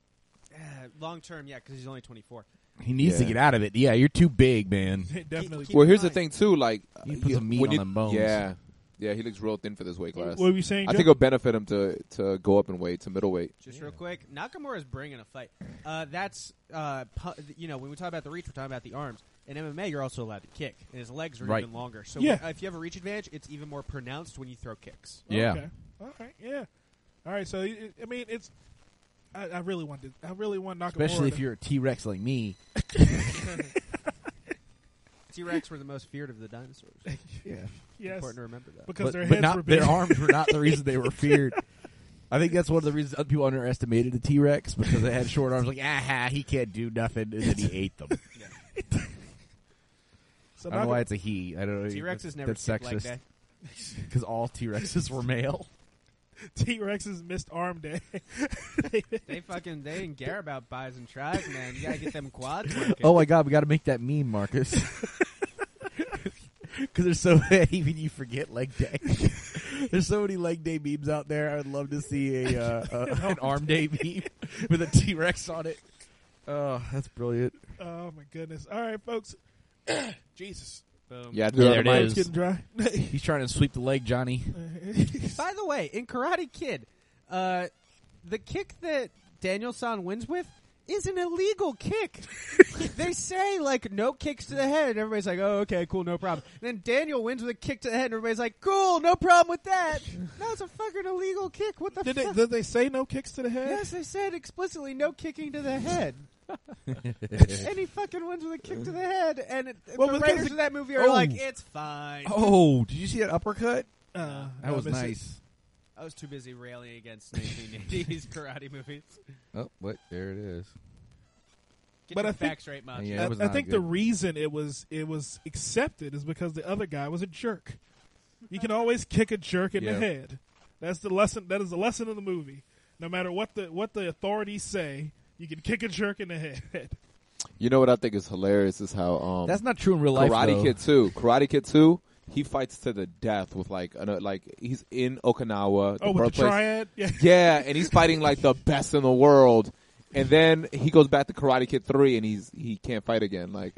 Speaker 5: Uh, Long term, yeah, because he's only twenty four.
Speaker 4: He needs to
Speaker 6: Yeah.
Speaker 4: get out of it. Yeah, you're too big, man.
Speaker 3: Definitely.
Speaker 5: keep-
Speaker 6: Well, here's the
Speaker 5: Right.
Speaker 6: thing too. Like
Speaker 4: You put
Speaker 6: uh,
Speaker 4: some meat
Speaker 6: when
Speaker 4: on
Speaker 6: you-
Speaker 4: them bones.
Speaker 6: Yeah, yeah. He looks real thin for this weight class.
Speaker 3: What were you saying?
Speaker 6: I
Speaker 3: Joe?
Speaker 6: think it'll benefit him to to go up in weight to middleweight.
Speaker 5: Just real quick, Nakamura is bringing a fight. Uh, that's uh, pu- you know when we talk about the reach, we're talking about the arms. In MMA, you're also allowed to kick, and his legs are
Speaker 4: Right.
Speaker 5: even longer. So
Speaker 3: Yeah.
Speaker 5: if you have a reach advantage, it's even more pronounced when you throw kicks.
Speaker 4: Yeah.
Speaker 3: Okay. All right. Yeah. All right. So y- I mean, it's. I, I really wanted. I really want Nakamura.
Speaker 4: Especially
Speaker 3: to-
Speaker 4: if you're a T Rex like me.
Speaker 5: T Rex were the most feared of the dinosaurs.
Speaker 4: Yeah.
Speaker 3: yes,
Speaker 5: Important to remember that.
Speaker 3: because
Speaker 4: But,
Speaker 3: their
Speaker 4: but
Speaker 3: heads were
Speaker 4: not,
Speaker 3: big.
Speaker 4: their arms were not the reason they were feared. I think that's one of the reasons other people underestimated the T Rex because they had short arms. Like, ah, ha, he can't do nothing, and then he ate them.
Speaker 3: So
Speaker 4: I don't know why
Speaker 3: Nakam-
Speaker 4: it's a he. I don't know.
Speaker 5: T Rex is never
Speaker 4: that's
Speaker 5: kicked like
Speaker 4: sexist
Speaker 5: that.
Speaker 4: because all T Rexes were male.
Speaker 3: T Rex's missed arm day.
Speaker 5: They fucking they didn't care about buys and tries, man. You gotta get them quads working.
Speaker 4: Oh my god, we got to make that meme, Marcus. Because there's so many, even you forget leg day. there's so many leg day memes out there. I'd love to see a, uh, a an arm day meme with a T Rex on it. Oh, that's brilliant.
Speaker 3: oh my goodness! All right, folks. Jesus,
Speaker 5: Boom.
Speaker 6: Yeah,
Speaker 4: There
Speaker 6: there
Speaker 4: it
Speaker 3: my
Speaker 6: it
Speaker 4: is.
Speaker 6: is.
Speaker 3: arm's getting dry.
Speaker 4: He's trying to sweep the leg, Johnny.
Speaker 5: By the way, in Karate Kid, uh, the kick that Daniel San wins with is an illegal kick. they say like no kicks to the head, and everybody's like, "Oh, okay, cool, no problem." And then Daniel wins with a kick to the head, and everybody's like, "Cool, no problem with that." That was a fucking illegal kick. What the
Speaker 3: did they
Speaker 5: fuck?
Speaker 3: did they say no kicks to the head?
Speaker 5: Yes, they said explicitly no kicking to the head. and he fucking wins with a kick to the head, and it,
Speaker 3: Well,
Speaker 5: the
Speaker 3: because
Speaker 5: writers
Speaker 3: the-
Speaker 5: of that movie are
Speaker 4: Oh.
Speaker 5: like, "It's fine."
Speaker 4: Oh, did you see that uppercut?
Speaker 3: Uh, I
Speaker 4: That was
Speaker 3: miss it.
Speaker 4: nice.
Speaker 5: I was too busy railing against 1980s karate movies.
Speaker 4: Oh, wait, there it is.
Speaker 5: Get
Speaker 3: But
Speaker 5: your
Speaker 3: I think-
Speaker 5: facts right, Macho.
Speaker 4: Yeah.
Speaker 3: I,
Speaker 4: That was
Speaker 3: I
Speaker 4: not
Speaker 3: think
Speaker 4: good.
Speaker 3: the reason it was it was accepted is because the other guy was a jerk. You can always kick a jerk in
Speaker 4: Yeah.
Speaker 3: the head. That's the lesson. That is the lesson of the movie. No matter what the what the authorities say, you can kick a jerk in the head.
Speaker 6: You know what I think is hilarious is how um
Speaker 4: That's not true in real life.
Speaker 6: Karate
Speaker 4: though.
Speaker 6: Kid Two, Karate Kid Two. he fights to the death with like an, uh, like he's in Okinawa.
Speaker 3: Oh, with the
Speaker 6: birthplace-
Speaker 3: triad? Yeah.
Speaker 6: Yeah, and he's fighting like the best in the world. And then he goes back to Karate Kid 3 and he's he can't fight again like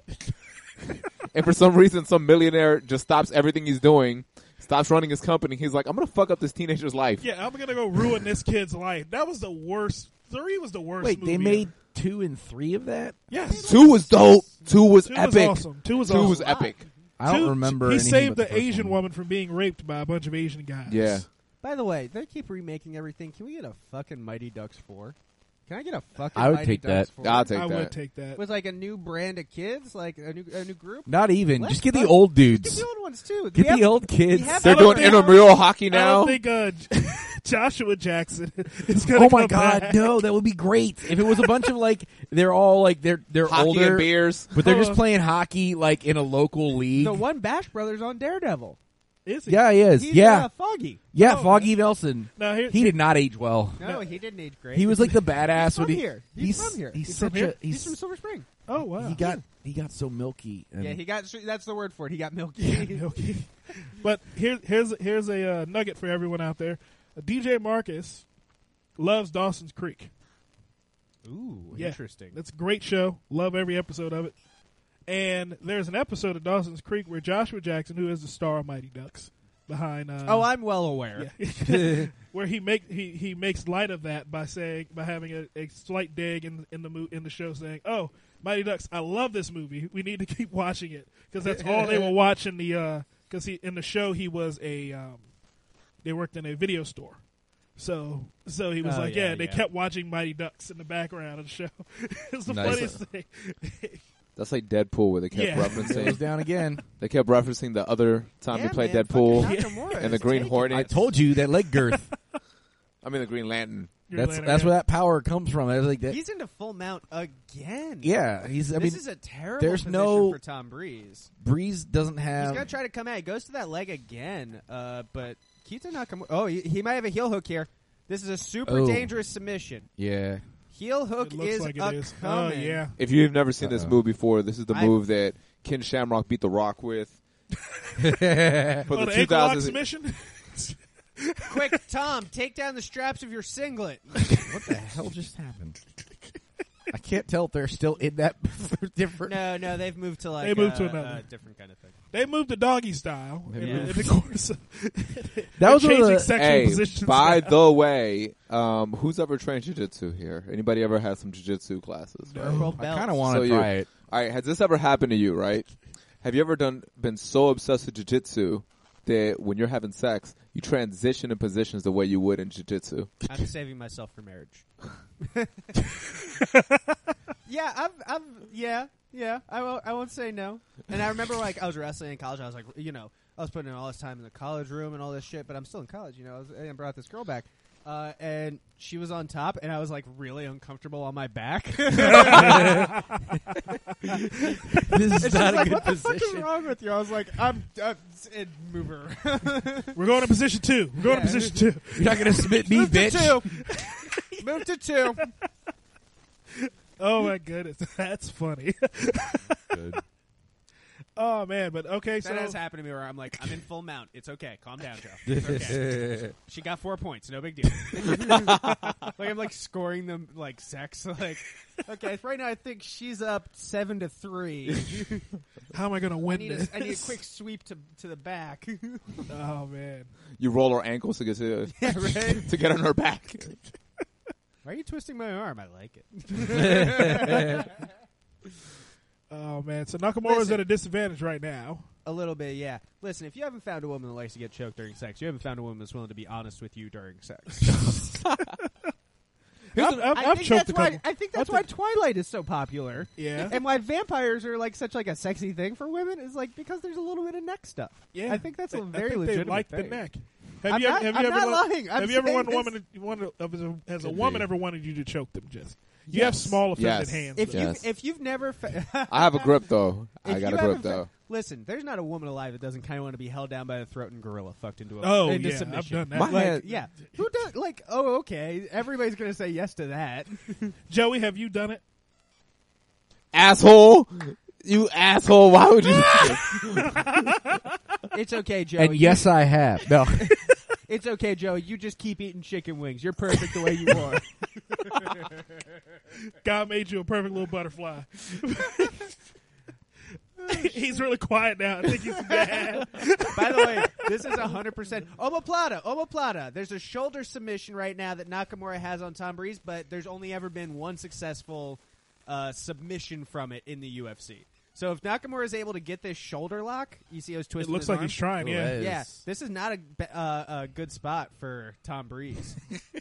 Speaker 6: And for some reason some millionaire just stops everything he's doing, stops running his company. He's like, "I'm going to fuck up this teenager's life."
Speaker 3: Yeah, I'm gonna go ruin this kid's life. That was the worst. Three was the worst.
Speaker 4: Wait, they
Speaker 3: movie
Speaker 4: made
Speaker 3: ever.
Speaker 4: two and three of that?
Speaker 3: yes.
Speaker 6: Two was dope. Two was
Speaker 3: Two
Speaker 6: epic.
Speaker 3: was awesome. Two was
Speaker 6: Two
Speaker 3: awesome.
Speaker 6: was epic.
Speaker 4: I
Speaker 3: Two-
Speaker 4: don't remember.
Speaker 3: He
Speaker 4: anything
Speaker 3: saved
Speaker 4: but the,
Speaker 3: the
Speaker 4: first
Speaker 3: Asian
Speaker 4: one.
Speaker 3: woman from being raped by a bunch of Asian guys.
Speaker 6: Yeah.
Speaker 5: By the way, they keep remaking everything. Can we get a fucking Mighty Ducks four? Can I get a fucking?
Speaker 4: I would
Speaker 5: Mighty
Speaker 4: take
Speaker 5: Ducks
Speaker 4: that.
Speaker 5: 4?
Speaker 6: I'll take
Speaker 3: I
Speaker 6: that.
Speaker 3: would take that.
Speaker 5: With like a new brand of kids, like a new a new group.
Speaker 4: Not even.
Speaker 5: Let's
Speaker 4: Just get the
Speaker 5: fuck-
Speaker 4: old
Speaker 5: Get
Speaker 4: dudes.
Speaker 5: the old ones too.
Speaker 4: Get
Speaker 5: We have-
Speaker 4: the old kids.
Speaker 5: we have-
Speaker 6: They're
Speaker 3: I don't
Speaker 6: doing
Speaker 3: think-
Speaker 6: intramural hockey
Speaker 3: I
Speaker 6: now.
Speaker 3: don't think uh, Joshua Jackson is gonna.
Speaker 4: Oh
Speaker 3: come
Speaker 4: my god,
Speaker 3: back.
Speaker 4: no, that would be great. If it was a bunch of like they're all like they're they're
Speaker 6: hockey
Speaker 4: older
Speaker 6: and beers.
Speaker 4: but they're just playing hockey like in a local league.
Speaker 5: Oh. the one Bash Brothers on Daredevil.
Speaker 3: Is he?
Speaker 4: Yeah, he is.
Speaker 5: He's
Speaker 4: yeah.
Speaker 5: uh, Foggy.
Speaker 4: yeah,
Speaker 3: Oh,
Speaker 4: Foggy Nelson.
Speaker 3: No, here-
Speaker 4: he did not age well.
Speaker 5: No, he didn't age great.
Speaker 4: He was like the badass when
Speaker 5: from
Speaker 4: he
Speaker 5: here. He's, from here.
Speaker 4: He's,
Speaker 5: He's
Speaker 4: such
Speaker 3: from here?
Speaker 4: a
Speaker 5: He's,
Speaker 4: he's,
Speaker 5: from Silver Spring.
Speaker 3: Oh wow.
Speaker 4: he got he got so milky. and-
Speaker 5: Yeah, he got. That's the word for it. He got milky.
Speaker 3: Okay. But here, here's here's a uh, nugget for everyone out there. DJ Marcus loves Dawson's Creek.
Speaker 5: Ooh,
Speaker 3: Yeah.
Speaker 5: interesting.
Speaker 3: It's a great show. Love every episode of it. And there's an episode of Dawson's Creek where Joshua Jackson, who is the star of Mighty Ducks, behind uh,
Speaker 4: um,
Speaker 5: Oh, I'm well aware.
Speaker 3: yeah. where he make he, he makes light of that by saying by having a, a slight dig in in the mo- in the show saying, "Oh, Mighty Ducks, I love this movie. We need to keep watching it because that's all they were watching the because he in the show he was a um, they worked in a video store." So, so he was
Speaker 5: Oh,
Speaker 3: like,
Speaker 5: yeah,
Speaker 3: yeah, they
Speaker 5: yeah.
Speaker 3: kept watching Mighty Ducks in the background of the show. it's the
Speaker 4: Nice.
Speaker 3: funniest thing.
Speaker 6: That's like Deadpool, where they kept
Speaker 3: Yeah.
Speaker 4: There he goes
Speaker 6: referencing.
Speaker 4: down again.
Speaker 6: they kept referencing the other time
Speaker 5: Yeah,
Speaker 6: he played
Speaker 5: man,
Speaker 6: Deadpool
Speaker 5: fucking Nakamura
Speaker 6: and the
Speaker 5: is
Speaker 6: Green
Speaker 5: taken.
Speaker 6: Hornet.
Speaker 4: I told you that leg girth.
Speaker 6: I mean the Green Lantern.
Speaker 3: You're
Speaker 4: that's
Speaker 3: laying
Speaker 4: that's
Speaker 3: around.
Speaker 4: where that power comes from. That's like that.
Speaker 5: He's into full mount again.
Speaker 4: yeah, he's. I
Speaker 5: this
Speaker 4: mean,
Speaker 5: is a terrible
Speaker 4: there's
Speaker 5: position
Speaker 4: no- Um,
Speaker 5: for Tom Breeze.
Speaker 4: Breeze doesn't
Speaker 5: He's
Speaker 4: have.
Speaker 5: gonna try to come out. He goes to that leg again, uh, but Keita Nakamura. Oh, he, he might have a heel hook here. This is a super
Speaker 4: Oh.
Speaker 5: dangerous submission.
Speaker 4: yeah,
Speaker 5: Heel hook
Speaker 3: It looks
Speaker 5: is
Speaker 3: like
Speaker 5: a
Speaker 3: it is. Oh
Speaker 5: coming.
Speaker 3: yeah,
Speaker 6: If you've never seen this
Speaker 4: Uh-oh.
Speaker 6: move before, this is the
Speaker 5: Uh-huh. I-
Speaker 6: move that Ken Shamrock beat The Rock with for
Speaker 3: oh, the
Speaker 6: the two
Speaker 3: ankle lock
Speaker 6: thousands.
Speaker 3: submission.
Speaker 5: Quick, Tom, take down the straps of your singlet.
Speaker 4: What the hell just happened? I can't tell if they're still in that different.
Speaker 5: No, no, they've moved to like
Speaker 3: They moved to
Speaker 5: uh,
Speaker 3: another.
Speaker 5: uh, different kind of thing.
Speaker 3: They moved to doggy style
Speaker 4: They
Speaker 3: in,
Speaker 5: moved-
Speaker 3: in the course. Of,
Speaker 4: That was one of
Speaker 3: changing
Speaker 4: the-
Speaker 3: sexual
Speaker 6: Hey,
Speaker 3: positions.
Speaker 6: by
Speaker 3: now.
Speaker 6: the way, um, who's ever trained jujitsu here? Anybody ever had some jujitsu classes?
Speaker 5: Purple
Speaker 4: Oh, I
Speaker 5: belt.
Speaker 4: kind of want
Speaker 6: So
Speaker 4: to
Speaker 6: you-
Speaker 4: try it.
Speaker 6: All right, has this ever happened to you? Right? Have you ever done been so obsessed with jujitsu that when you're having sex, you transition in positions the way you would in jujitsu?
Speaker 5: I'm saving myself for marriage. yeah, I've, I've, yeah, yeah. I won't, I won't say no. And I remember like I was wrestling in college. I was like, you know, I was putting in all this time in the college room and all this shit. But I'm still in college, you know. I, was, and I brought this girl back. Uh, and she was on top, and I was like really uncomfortable on my back.
Speaker 4: This is
Speaker 5: She's
Speaker 4: not a
Speaker 5: like,
Speaker 4: good
Speaker 5: "What the
Speaker 4: position.
Speaker 5: fuck is wrong with you?" I was like, "I'm, I'm and move her."
Speaker 3: We're going to position two. We're going
Speaker 5: Yeah.
Speaker 3: to position two.
Speaker 4: You're not gonna submit me,
Speaker 5: move to
Speaker 4: bitch.
Speaker 5: two. move to two.
Speaker 3: Oh my goodness, that's funny. oh man, but okay, so
Speaker 5: That has happened to me where I'm like, I'm in full mount. It's okay. Calm down, Joe. It's okay. she got four points. No big deal. like I'm like scoring them like sex. Like okay, right now I think she's up seven to three.
Speaker 3: how am I going to
Speaker 5: I
Speaker 3: win
Speaker 5: need a,
Speaker 3: this?
Speaker 5: I need a quick sweep to to the back.
Speaker 3: Oh man,
Speaker 6: You roll her ankles to get to,
Speaker 5: yeah, right.
Speaker 6: to get on her back.
Speaker 5: Why are you twisting my arm? I like it.
Speaker 3: oh man. So Nakamura's
Speaker 5: Listen.
Speaker 3: at a disadvantage right now.
Speaker 5: A little bit, yeah. Listen, if you haven't found a woman that likes to get choked during sex, you haven't found a woman that's willing to be honest with you during sex.
Speaker 3: I've, I've,
Speaker 5: I
Speaker 3: I've
Speaker 5: think
Speaker 3: choked
Speaker 5: that's
Speaker 3: a couple.
Speaker 5: why. I think that's why Twilight is so popular.
Speaker 3: Yeah.
Speaker 5: and why vampires are like such like a sexy thing for women is like because there's a little bit of neck stuff.
Speaker 3: yeah,
Speaker 5: I think that's
Speaker 3: They-
Speaker 5: a very
Speaker 3: I think
Speaker 5: legitimate
Speaker 3: They like
Speaker 5: thing.
Speaker 3: the neck. Have
Speaker 5: I'm
Speaker 3: you
Speaker 5: not-
Speaker 3: ever, have
Speaker 5: I'm
Speaker 3: you ever
Speaker 5: not
Speaker 3: want-
Speaker 5: lying. I'm
Speaker 3: have you ever
Speaker 5: saying
Speaker 3: wanted
Speaker 5: this-
Speaker 3: woman, wanted, as a, has a
Speaker 4: Could
Speaker 3: woman
Speaker 4: be.
Speaker 3: ever wanted you to choke them? Just you have
Speaker 6: Yes.
Speaker 3: small offended
Speaker 6: Yes.
Speaker 3: hands.
Speaker 5: If
Speaker 3: though.
Speaker 6: Yes.
Speaker 5: you if you've never, fa-
Speaker 6: I have a grip though.
Speaker 5: If
Speaker 6: I got
Speaker 5: you
Speaker 6: a grip
Speaker 5: haven't fa-
Speaker 6: though.
Speaker 5: listen, there's not a woman alive that doesn't kind of want to be held down by the throat and gorilla fucked into a
Speaker 3: Oh,
Speaker 5: into
Speaker 3: yeah, I've
Speaker 5: submission.
Speaker 3: done that.
Speaker 6: My
Speaker 5: Like,
Speaker 6: hand-
Speaker 5: yeah, who does like? Oh, okay, everybody's gonna say yes to that.
Speaker 3: Joey, have you done it?
Speaker 6: Asshole. You asshole! Why would you?
Speaker 5: It's okay, Joe.
Speaker 4: And yes, I have. No.
Speaker 5: It's okay, Joe. You just keep eating chicken wings. You're perfect the way you are.
Speaker 3: God made you a perfect little butterfly. he's really quiet now. I think he's mad.
Speaker 5: By the way, this is 100% omoplata, omoplata. There's a shoulder submission right now that Nakamura has on Tom Breeze, but there's only ever been one successful uh, submission from it in the UFC. So if Nakamura is able to get this shoulder lock, you see his
Speaker 3: It
Speaker 5: twisting.
Speaker 3: looks
Speaker 5: his
Speaker 3: like
Speaker 5: arm?
Speaker 3: he's trying, yeah.
Speaker 5: Yeah, this is not a, be- uh, a good spot for Tom Breeze.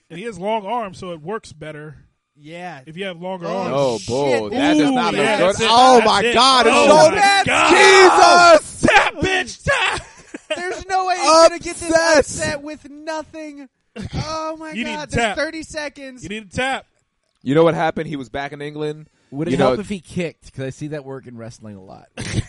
Speaker 3: And he has long arms, so it works better
Speaker 5: yeah,
Speaker 3: if you have longer
Speaker 5: Oh,
Speaker 3: arms.
Speaker 6: Oh,
Speaker 5: shit.
Speaker 6: boy, that does
Speaker 5: Ooh,
Speaker 6: not
Speaker 5: yeah,
Speaker 6: look
Speaker 3: that's
Speaker 6: good.
Speaker 3: it,
Speaker 6: Oh
Speaker 3: that's
Speaker 6: my
Speaker 3: it.
Speaker 6: god! It's
Speaker 3: Oh,
Speaker 6: so
Speaker 3: my
Speaker 6: bad.
Speaker 3: God.
Speaker 6: Jesus!
Speaker 3: Tap, bitch, tap!
Speaker 5: There's no way he's gonna get this
Speaker 6: Upset.
Speaker 5: upset with nothing. Oh my
Speaker 3: You need
Speaker 5: god!
Speaker 3: to
Speaker 5: There's
Speaker 3: tap.
Speaker 5: 30 seconds.
Speaker 3: You need to tap.
Speaker 6: You know what happened? He was back in England.
Speaker 4: Would it
Speaker 6: you
Speaker 4: help
Speaker 6: know,
Speaker 4: if he kicked? Because I see that work in wrestling a lot.
Speaker 5: Like,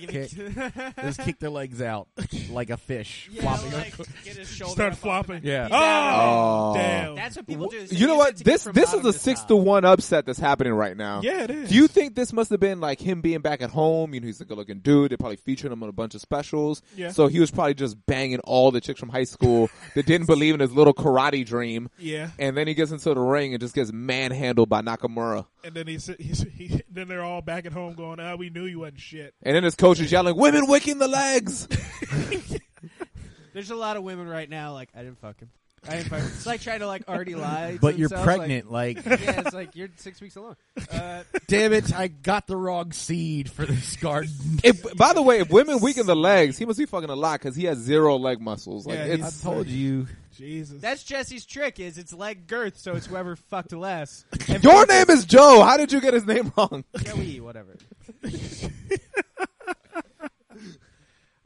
Speaker 4: They'll kick- they'll just kick their legs out like a fish
Speaker 5: Yeah,
Speaker 4: flopping.
Speaker 1: like, get his shoulder
Speaker 3: Start
Speaker 1: up off
Speaker 3: flopping.
Speaker 1: the mat.
Speaker 4: Yeah.
Speaker 1: He's out of
Speaker 3: Oh,
Speaker 6: Oh.
Speaker 3: damn.
Speaker 1: it. That's what people do. is they
Speaker 6: you know
Speaker 1: use
Speaker 6: what?
Speaker 1: it to get
Speaker 6: This
Speaker 1: from
Speaker 6: this is
Speaker 1: bottom
Speaker 6: a
Speaker 1: to
Speaker 6: six
Speaker 1: top.
Speaker 6: to one upset that's happening right now.
Speaker 3: yeah, it is.
Speaker 6: Do you think this must have been like him being back at home? You know, he's a good-looking dude. They're probably featuring him on a bunch of specials.
Speaker 3: Yeah.
Speaker 6: So he was probably just banging all the chicks from high school that didn't believe in his little karate dream.
Speaker 3: yeah.
Speaker 6: And then he gets into the ring and just gets manhandled by Nakamura.
Speaker 3: And then he's, he's he, then they're all back at home going, "Ah, we knew you wasn't shit."
Speaker 6: And then his coach is yelling, "Women wicking the legs."
Speaker 5: There's a lot of women right now. Like I didn't fuck him. I didn't fuck him. It's like trying to like already lie. to
Speaker 4: But you're
Speaker 5: themselves, like-
Speaker 4: pregnant. Like,
Speaker 5: yeah, it's like you're six weeks alone. Uh,
Speaker 4: damn it! I got the wrong seed for this garden.
Speaker 6: If, by the way, if women weaken the legs, he must be fucking a lot because he has zero leg muscles. Like
Speaker 3: Yeah,
Speaker 4: I
Speaker 6: it's
Speaker 4: told you.
Speaker 3: Jesus.
Speaker 5: that's Jesse's trick. Is it's leg girth, so it's whoever fucked less. And
Speaker 6: your name is Joe. How did you get his name wrong?
Speaker 5: Joey, whatever.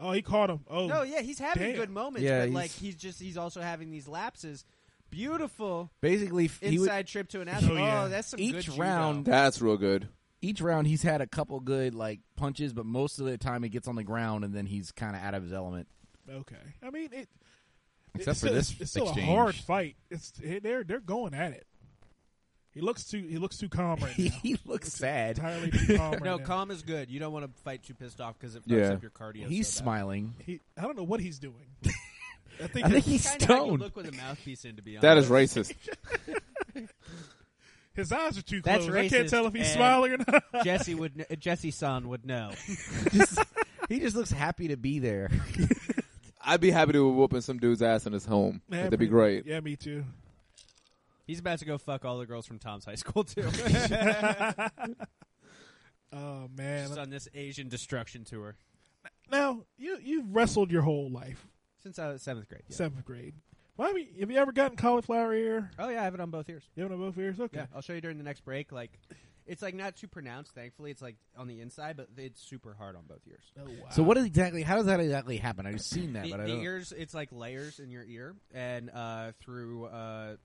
Speaker 3: oh, he caught him. Oh,
Speaker 5: No, yeah, he's having
Speaker 3: Damn.
Speaker 5: good moments,
Speaker 4: Yeah,
Speaker 5: but
Speaker 4: he's-
Speaker 5: like he's just he's also having these lapses. Beautiful
Speaker 4: Basically, f- he would-
Speaker 5: inside trip to an athlete.
Speaker 3: Oh,
Speaker 5: Oh,
Speaker 3: yeah.
Speaker 5: that's some good
Speaker 4: each
Speaker 5: judo.
Speaker 4: round,
Speaker 6: That's real good.
Speaker 4: each round, he's had a couple good like punches, but most of the time he gets on the ground and then he's kind of out of his element.
Speaker 3: okay. I mean, it.
Speaker 4: Except
Speaker 3: it's
Speaker 4: for
Speaker 3: still-
Speaker 4: this
Speaker 3: it's still
Speaker 4: exchange.
Speaker 3: a hard fight. It's it, they're they're going at it. He looks too he looks too calm right now.
Speaker 4: he looks sad.
Speaker 3: Entirely too calm. Right
Speaker 5: No,
Speaker 3: now.
Speaker 5: calm is good. You don't want to fight too pissed off because it fucks
Speaker 6: Yeah.
Speaker 5: up your cardio.
Speaker 4: He's
Speaker 5: so bad.
Speaker 4: smiling.
Speaker 3: He, I don't know what he's doing. I think,
Speaker 4: I think
Speaker 3: his,
Speaker 4: he's
Speaker 5: Kinda how you
Speaker 4: stoned.
Speaker 5: Look with a mouthpiece in, to be honest.
Speaker 6: That is racist.
Speaker 3: his eyes are too
Speaker 5: That's
Speaker 3: closed. I can't
Speaker 5: racist,
Speaker 3: tell if he's
Speaker 5: Ed.
Speaker 3: smiling or not.
Speaker 5: Jesse would. Kn- Jesse son would know.
Speaker 4: Just- he just looks happy to be there.
Speaker 6: I'd be happy to whooping some dude's ass in his home.
Speaker 3: Yeah,
Speaker 6: That'd be
Speaker 3: me-
Speaker 6: great.
Speaker 3: Yeah, me too.
Speaker 5: He's about to go fuck all the girls from Tom's high school too.
Speaker 3: Oh man.
Speaker 5: Just on this Asian destruction tour
Speaker 3: Now you you wrestled your whole life,
Speaker 5: since I was seventh grade. yeah.
Speaker 3: seventh grade. Why have you, have you ever gotten cauliflower ear?
Speaker 5: Oh yeah, I have it on both ears.
Speaker 3: You have it on both ears. Okay.
Speaker 5: Yeah, I'll show you during the next break. Like, it's like not too pronounced. Thankfully, it's like on the inside, but it's super hard on both ears.
Speaker 3: Oh, wow.
Speaker 4: So what is exactly? How does that exactly happen? I've seen that,
Speaker 5: The,
Speaker 4: but I
Speaker 5: the
Speaker 4: don't.
Speaker 5: ears, it's like layers in your ear, and uh, through uh,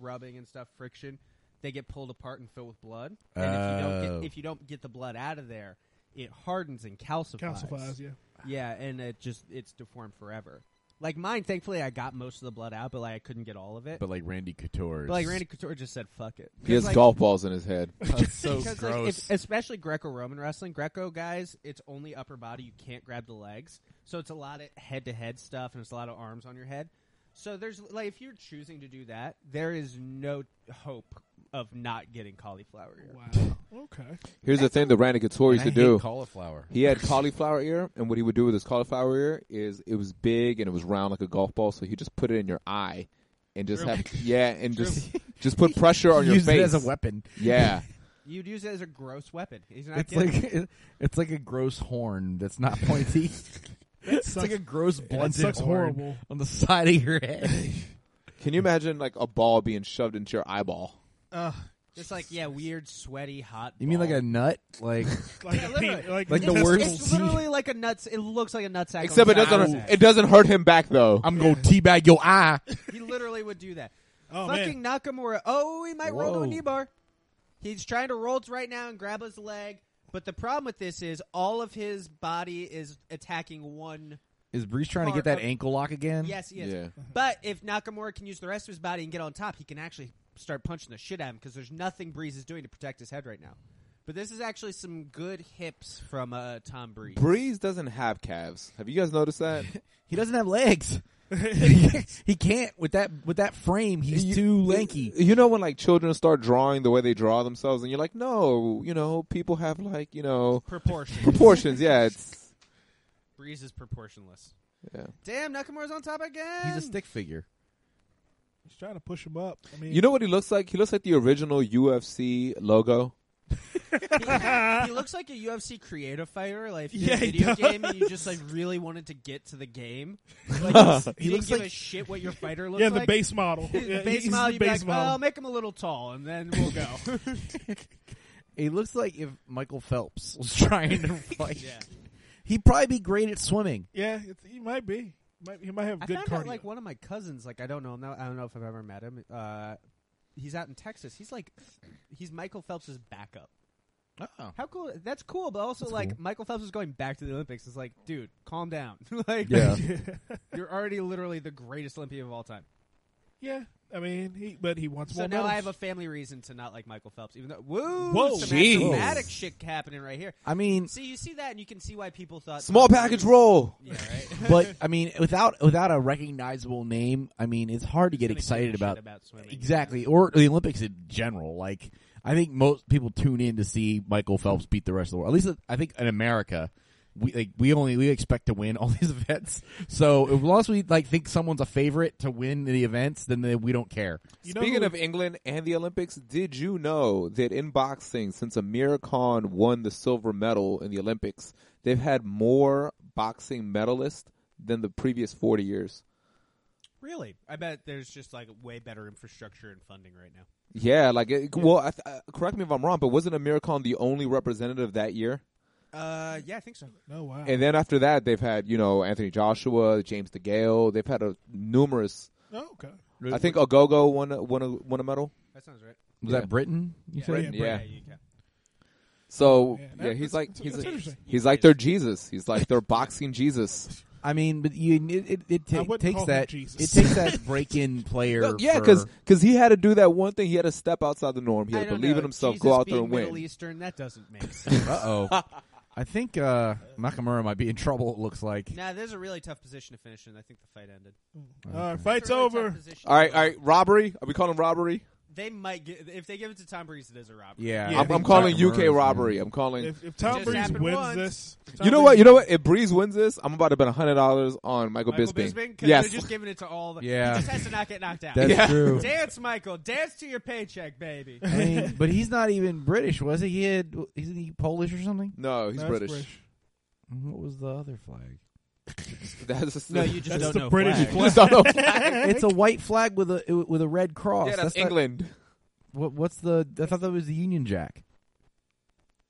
Speaker 5: rubbing and stuff, friction, they get pulled apart and filled with blood. And if you don't
Speaker 4: Oh.
Speaker 5: get if you don't get the blood out of there, it hardens and calcifies.
Speaker 3: calcifies? Yeah.
Speaker 5: Yeah, and it just it's deformed forever. Like mine, thankfully, I got most of the blood out, but like I couldn't get all of it. But,
Speaker 4: But like Randy Couture,
Speaker 5: like Randy Couture just said, "Fuck it."
Speaker 6: He has
Speaker 5: like,
Speaker 6: golf balls in his head.
Speaker 4: so
Speaker 5: because, like, if- especially Greco-Roman wrestling, Greco guys, it's only upper body. You can't grab the legs, so it's a lot of head-to-head stuff, and it's a lot of arms on your head. So there's like, if you're choosing to do that, there is no hope of not getting cauliflower ear.
Speaker 3: Wow. okay.
Speaker 6: Here's the thing that Randy Couture used to do.
Speaker 4: cauliflower.
Speaker 6: He had cauliflower ear, and what he would do with his cauliflower ear is it was big and it was round like a golf ball, so he just put it in your eye and just have yeah, and just just put pressure on your
Speaker 4: Used it
Speaker 6: face
Speaker 4: as a weapon.
Speaker 6: Yeah,
Speaker 5: You'd use it as a gross weapon. He's not
Speaker 4: It's
Speaker 5: kidding.
Speaker 4: like it's like a gross horn that's not pointy. it's like a gross blunted
Speaker 3: sucks
Speaker 4: horn
Speaker 3: horrible.
Speaker 4: on the side of your head.
Speaker 6: can you imagine like a ball being shoved into your eyeball?
Speaker 5: just like yeah, weird, sweaty, hot.
Speaker 4: You mean like a nut? Like
Speaker 3: Like
Speaker 5: Yeah,
Speaker 3: a pe-
Speaker 5: literally.
Speaker 3: like,
Speaker 4: Like the
Speaker 5: it's,
Speaker 3: testicles.
Speaker 4: worst-
Speaker 5: It's literally like a nuts. It looks like a nutsack.
Speaker 6: Except it
Speaker 5: on the side of
Speaker 6: doesn't
Speaker 5: his
Speaker 6: it doesn't hurt him back though.
Speaker 4: I'm gonna teabag your eye.
Speaker 5: ass. He literally would do that.
Speaker 3: Oh
Speaker 5: Fucking
Speaker 3: man.
Speaker 5: Nakamura. Oh, he might roll to a
Speaker 4: Whoa.
Speaker 5: knee bar. He's trying to roll right now and grab his leg. But the problem with this is all of his body is attacking one.
Speaker 4: Is Breeze trying to get that ankle lock again?
Speaker 5: Yes, he is.
Speaker 6: Yeah.
Speaker 4: Mm-hmm.
Speaker 5: But if Nakamura can use the rest of his body and get on top, he can actually start punching the shit out of him because there's nothing Breeze is doing to protect his head right now.
Speaker 7: But
Speaker 5: this is actually some good hips from uh, Tom Breeze.
Speaker 6: Breeze doesn't have calves. Have you guys noticed that?
Speaker 4: He doesn't have legs. he can't with that with that frame. He's
Speaker 6: You-
Speaker 4: too lanky.
Speaker 6: You know when like children start drawing the way they draw themselves, and you're like, no, you know, people have like you know
Speaker 5: Proportion.
Speaker 6: proportions. Yeah, it's
Speaker 5: Breeze is proportionless.
Speaker 6: Yeah.
Speaker 5: Damn, Nakamura's on top again.
Speaker 4: He's a stick figure.
Speaker 3: He's trying to push him up. I mean,
Speaker 6: you know what he looks like. He looks like the original UFC logo.
Speaker 5: he looks like a UFC creator fighter. Like if you
Speaker 3: Yeah,
Speaker 5: did
Speaker 3: he
Speaker 5: a video
Speaker 3: does.
Speaker 5: game and you just like really wanted to get to the game. Like, he,
Speaker 4: He
Speaker 5: didn't
Speaker 4: looks
Speaker 5: give
Speaker 4: like-
Speaker 5: a shit what your fighter looked
Speaker 3: yeah, the
Speaker 5: like.
Speaker 3: base model. Yeah,
Speaker 5: the base
Speaker 3: he's
Speaker 5: model.
Speaker 3: the
Speaker 5: You'd be
Speaker 3: base
Speaker 5: like, "Um,
Speaker 3: model.
Speaker 5: well, make him a little tall, and then we'll go.
Speaker 4: He looks like if Michael Phelps was trying to fight.
Speaker 5: Yeah.
Speaker 4: He'd probably be great at swimming.
Speaker 3: yeah, it's, he might be. Might, he might have
Speaker 5: I
Speaker 3: good
Speaker 5: found
Speaker 3: cardio.
Speaker 5: out like one of my cousins. Like I don't know. him Now I don't know if I've ever met him. Uh, he's out in Texas. He's like, he's Michael Phelps's backup.
Speaker 4: Oh.
Speaker 5: How cool! That's cool, but also like Michael Phelps is going back to the Olympics. It's like, dude, calm down. like,
Speaker 6: Yeah.
Speaker 5: you're already literally the greatest Olympian of all time.
Speaker 3: yeah, I mean, he but he wants
Speaker 5: So
Speaker 3: more.
Speaker 5: now I have a
Speaker 3: medals.
Speaker 5: family reason to not like Michael Phelps, even though whoa,
Speaker 3: Whoa.
Speaker 5: some
Speaker 6: Jeez.
Speaker 5: dramatic shit happening right here.
Speaker 4: I mean,
Speaker 5: See, you see that, and you can see why people thought
Speaker 6: Small package roll.
Speaker 5: Yeah, right.
Speaker 4: but I mean, without without a recognizable name, I mean, it's hard to get
Speaker 5: Gonna give a
Speaker 4: excited
Speaker 5: shit
Speaker 4: about
Speaker 5: about swimming.
Speaker 4: exactly or the Olympics in general. Like, I think most people tune in to see Michael Phelps beat the rest of the world. At least I think in America, we like we only we expect to win all these events. So as long as we like think someone's a favorite to win the events, then they, we don't care.
Speaker 3: You know
Speaker 6: Speaking
Speaker 3: who-
Speaker 6: of England and the Olympics, did you know that in boxing, since Amir Khan won the silver medal in the Olympics, they've had more boxing medalists than the previous 40 years?
Speaker 5: Really? I bet there's just like way better infrastructure and funding right now.
Speaker 6: Yeah, like, it, well, I th- uh, correct me if I'm wrong, but wasn't Amir Khan the only representative that year?
Speaker 5: Uh, yeah, I think so.
Speaker 3: no wow.
Speaker 6: And then after that, they've had, you know, Anthony Joshua, James DeGale. They've had a numerous.
Speaker 3: oh, okay.
Speaker 6: I think Ogogo won a, won a, won a medal.
Speaker 5: That sounds right.
Speaker 4: Was
Speaker 6: Yeah.
Speaker 4: that Britain? You said?
Speaker 3: Britain,
Speaker 6: yeah.
Speaker 5: you can.
Speaker 6: So
Speaker 3: Yeah,
Speaker 6: yeah,
Speaker 3: that- that's-
Speaker 6: he's like
Speaker 3: that's
Speaker 6: he's
Speaker 3: interesting.
Speaker 6: he's like their Jesus. He's like their boxing Jesus.
Speaker 4: I mean, but you it it, it
Speaker 3: I
Speaker 4: ta-
Speaker 3: wouldn't call
Speaker 4: takes
Speaker 3: him
Speaker 4: that
Speaker 3: Jesus.
Speaker 4: it takes that break in player.
Speaker 6: No, yeah,
Speaker 4: for-
Speaker 6: because he had to do that one thing. He had to step outside the norm. He
Speaker 5: I
Speaker 6: had to
Speaker 5: don't
Speaker 6: believe
Speaker 5: know.
Speaker 6: in himself,
Speaker 5: Jesus
Speaker 6: go out
Speaker 5: being
Speaker 6: there and
Speaker 5: Middle
Speaker 6: win.
Speaker 5: Eastern, that doesn't make sense.
Speaker 4: Uh oh. I think uh, Nakamura might be in trouble. It looks like.
Speaker 5: nah, there's a really tough position to finish in. I think the fight ended.
Speaker 3: All right, fight's over.
Speaker 6: All right, all right, robbery. Are we calling robbery?
Speaker 5: They might get if they give it to Tom Breeze, it is a robbery.
Speaker 4: Yeah, I
Speaker 6: I'm, I'm
Speaker 4: think
Speaker 6: calling
Speaker 4: Nakamura is
Speaker 6: UK
Speaker 4: in.
Speaker 6: robbery. I'm calling.
Speaker 3: If, if Tom
Speaker 5: Just
Speaker 3: Breeze
Speaker 5: happened
Speaker 3: wins
Speaker 5: once.
Speaker 3: this,
Speaker 6: you know what? You know what? If Breeze wins this, I'm about to bet hundred dollars on Michael,
Speaker 5: Michael
Speaker 6: Bisping.
Speaker 5: Bisping, 'cause
Speaker 6: Yes,
Speaker 5: they're just giving it to all the.
Speaker 4: Yeah.
Speaker 5: he just has to not get knocked out.
Speaker 4: That's
Speaker 6: Yeah.
Speaker 4: true.
Speaker 5: Dance, Michael. Dance to your paycheck, baby.
Speaker 4: I mean, but he's not even British, was he? He had isn't he Polish or something?
Speaker 6: no, he's
Speaker 3: That's
Speaker 6: British.
Speaker 4: What was the other flag?
Speaker 6: That's
Speaker 5: no, you just
Speaker 3: That's
Speaker 5: don't
Speaker 3: the
Speaker 5: know.
Speaker 3: British
Speaker 5: flag.
Speaker 3: flag.
Speaker 6: don't know.
Speaker 4: It's a white flag with a with a red cross.
Speaker 6: yeah, that's
Speaker 4: not-
Speaker 6: England.
Speaker 4: what, what's the? I thought that was the Union Jack.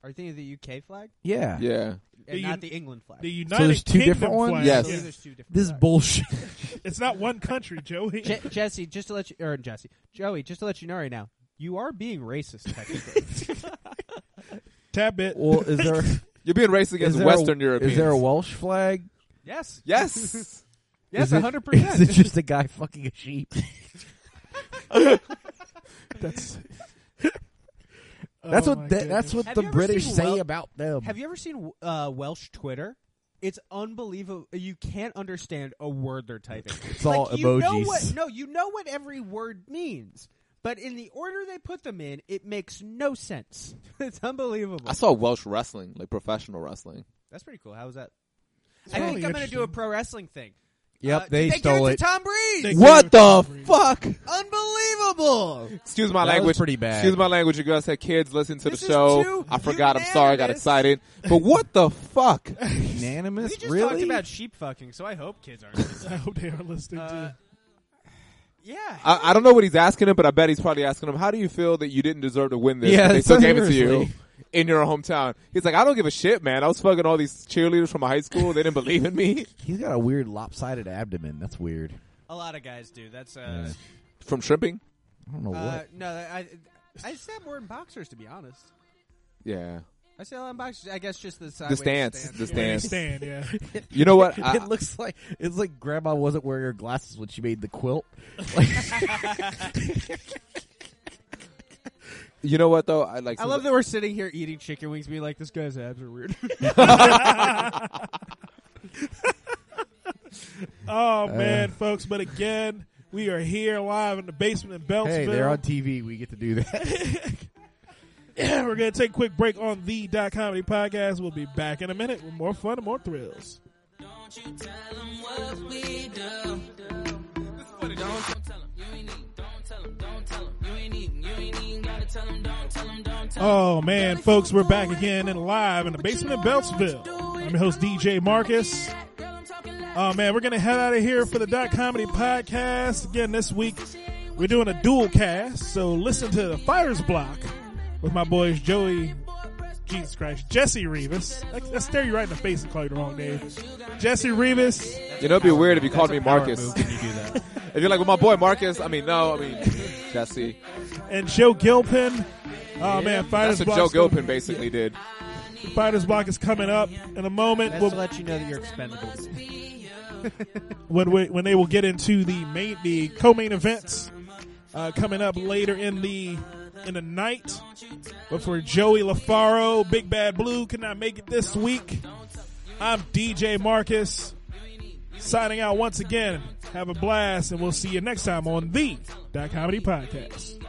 Speaker 5: Are you thinking of the UK flag
Speaker 4: Yeah.
Speaker 6: Yeah.
Speaker 5: and
Speaker 3: The
Speaker 5: not
Speaker 3: Un-
Speaker 5: the England flag?
Speaker 3: The United
Speaker 4: there's two
Speaker 3: Kingdom
Speaker 4: different ones?
Speaker 3: flag.
Speaker 6: Yes.
Speaker 5: So
Speaker 6: Yeah.
Speaker 5: there's two different.
Speaker 4: This is
Speaker 5: flags.
Speaker 4: bullshit.
Speaker 3: It's not one country, Joey.
Speaker 5: Je- Jesse, just to let you, or Jesse, Joey, just to let you know right now, you are being racist. Technically,
Speaker 3: Tap it.
Speaker 4: well, is there is
Speaker 6: You're being racist against
Speaker 4: there
Speaker 6: Western
Speaker 4: a,
Speaker 6: Europeans.
Speaker 4: Is there a Welsh flag?
Speaker 5: yes,
Speaker 6: yes.
Speaker 5: yes,
Speaker 4: Is it-
Speaker 5: hundred
Speaker 4: Is it
Speaker 5: percent.
Speaker 4: just a guy fucking a sheep?
Speaker 3: That's
Speaker 4: That's
Speaker 3: Oh my
Speaker 4: what that,
Speaker 3: goodness.
Speaker 4: that's what
Speaker 5: Have
Speaker 4: the
Speaker 5: you ever
Speaker 4: British
Speaker 5: seen
Speaker 4: say
Speaker 5: Wel-
Speaker 4: about them.
Speaker 5: Have you ever seen uh, Welsh Twitter? It's unbelievable. You can't understand a word they're typing.
Speaker 4: It's all
Speaker 5: Like, you know
Speaker 4: emojis.
Speaker 5: what- no, you know what every word means, but in the order they put them in, it makes no sense. it's unbelievable.
Speaker 6: I saw Welsh wrestling, like professional wrestling.
Speaker 5: That's pretty cool. How was that? I
Speaker 3: really
Speaker 5: think I'm going to do a
Speaker 3: interesting.
Speaker 5: pro wrestling thing.
Speaker 4: Yep,
Speaker 5: Uh,
Speaker 4: they
Speaker 5: did
Speaker 4: stole
Speaker 5: give
Speaker 4: it.
Speaker 5: to Tom Breeze.
Speaker 3: They-
Speaker 6: What the
Speaker 3: Breeze.
Speaker 6: fuck?
Speaker 5: Unbelievable.
Speaker 6: Excuse my
Speaker 4: That was
Speaker 6: language.
Speaker 4: pretty bad.
Speaker 6: Excuse my language. You guys had kids listen to
Speaker 5: This
Speaker 6: the
Speaker 5: is
Speaker 6: show.
Speaker 5: too
Speaker 6: I forgot. I'm sorry. I got
Speaker 5: unanimous.
Speaker 6: excited. But what the fuck?
Speaker 4: Unanimous,
Speaker 5: We just
Speaker 4: really?
Speaker 5: talked about sheep fucking, so I hope kids aren't.
Speaker 3: I hope they are listening
Speaker 5: Uh,
Speaker 3: to.
Speaker 5: yeah.
Speaker 6: I, I don't know what he's asking him, but I bet he's probably asking him, "How do you feel that you didn't deserve to win this?
Speaker 4: Yeah,
Speaker 6: but they still gave it to you
Speaker 4: seriously.
Speaker 6: in your hometown." He's like, "I don't give a shit, man. I was fucking all these cheerleaders from my high school. They didn't believe in me
Speaker 4: He's got a weird lopsided abdomen. That's weird.
Speaker 5: a lot of guys do. That's uh,
Speaker 6: from shrimping."
Speaker 4: I don't know
Speaker 5: uh
Speaker 4: what.
Speaker 5: no. I I say that more in boxers to be honest.
Speaker 6: Yeah,
Speaker 5: I say a lot in boxers. I guess just the
Speaker 6: the
Speaker 5: sideways
Speaker 6: stance,
Speaker 5: stance.
Speaker 6: the
Speaker 3: Where they
Speaker 6: stance.
Speaker 3: stand, yeah.
Speaker 6: You know what? I-
Speaker 4: it looks like it's like grandma wasn't wearing her glasses when she made the quilt. Like,
Speaker 6: You know what though? I like.
Speaker 5: I love that we're sitting here eating chicken wings, being like, "This guy's abs are weird."
Speaker 4: Uh.
Speaker 3: Oh man, folks! But again, we are here live in the basement in Beltsville.
Speaker 4: Hey, they're on TV. We get to do that.
Speaker 3: We're gonna take a quick break on the dot comedy podcast. We'll be back in a minute with more fun and more thrills.
Speaker 8: Don't you tell 'em what we do. Don't, don't tell 'em. You ain't even, don't tell 'em, don't tell 'em. You ain't even, you ain't even gotta tell 'em, don't tell 'em, don't tell 'em.
Speaker 3: Oh man, folks, we're back again and live in the basement in Beltsville. I'm your host DJ Marcus.
Speaker 8: Girl, I'm talking loud.
Speaker 3: Oh man, we're gonna head out of here for the Dot Comedy Podcast again this week. We're doing a dual cast, so listen to the Fighters Block with my boys Joey, Jesus Christ, Jesse Rivas. That's that's stare you right in the face and call you the wrong name. Jesse Rivas.
Speaker 6: You know, it'd be weird if you called me Marcus.
Speaker 1: Move when you do that.
Speaker 6: If you're like, well, my boy Marcus. I mean, no. I mean, Jesse.
Speaker 3: and Joe Gilpin. Oh man, Fighters
Speaker 6: That's what
Speaker 3: Block.
Speaker 6: Joe Gilpin basically did.
Speaker 3: Fighters Block is coming up in a moment
Speaker 5: That's
Speaker 3: We'll-
Speaker 5: to let you know that you're expendable.
Speaker 3: when we, when they will get into the main the co-main events uh, coming up later in the in the night. But for Joey LaFaro, Big Bad Blue could not make it this week. I'm DJ Marcus signing out once again. Have a blast, and we'll see you next time on the Dot Comedy Podcast.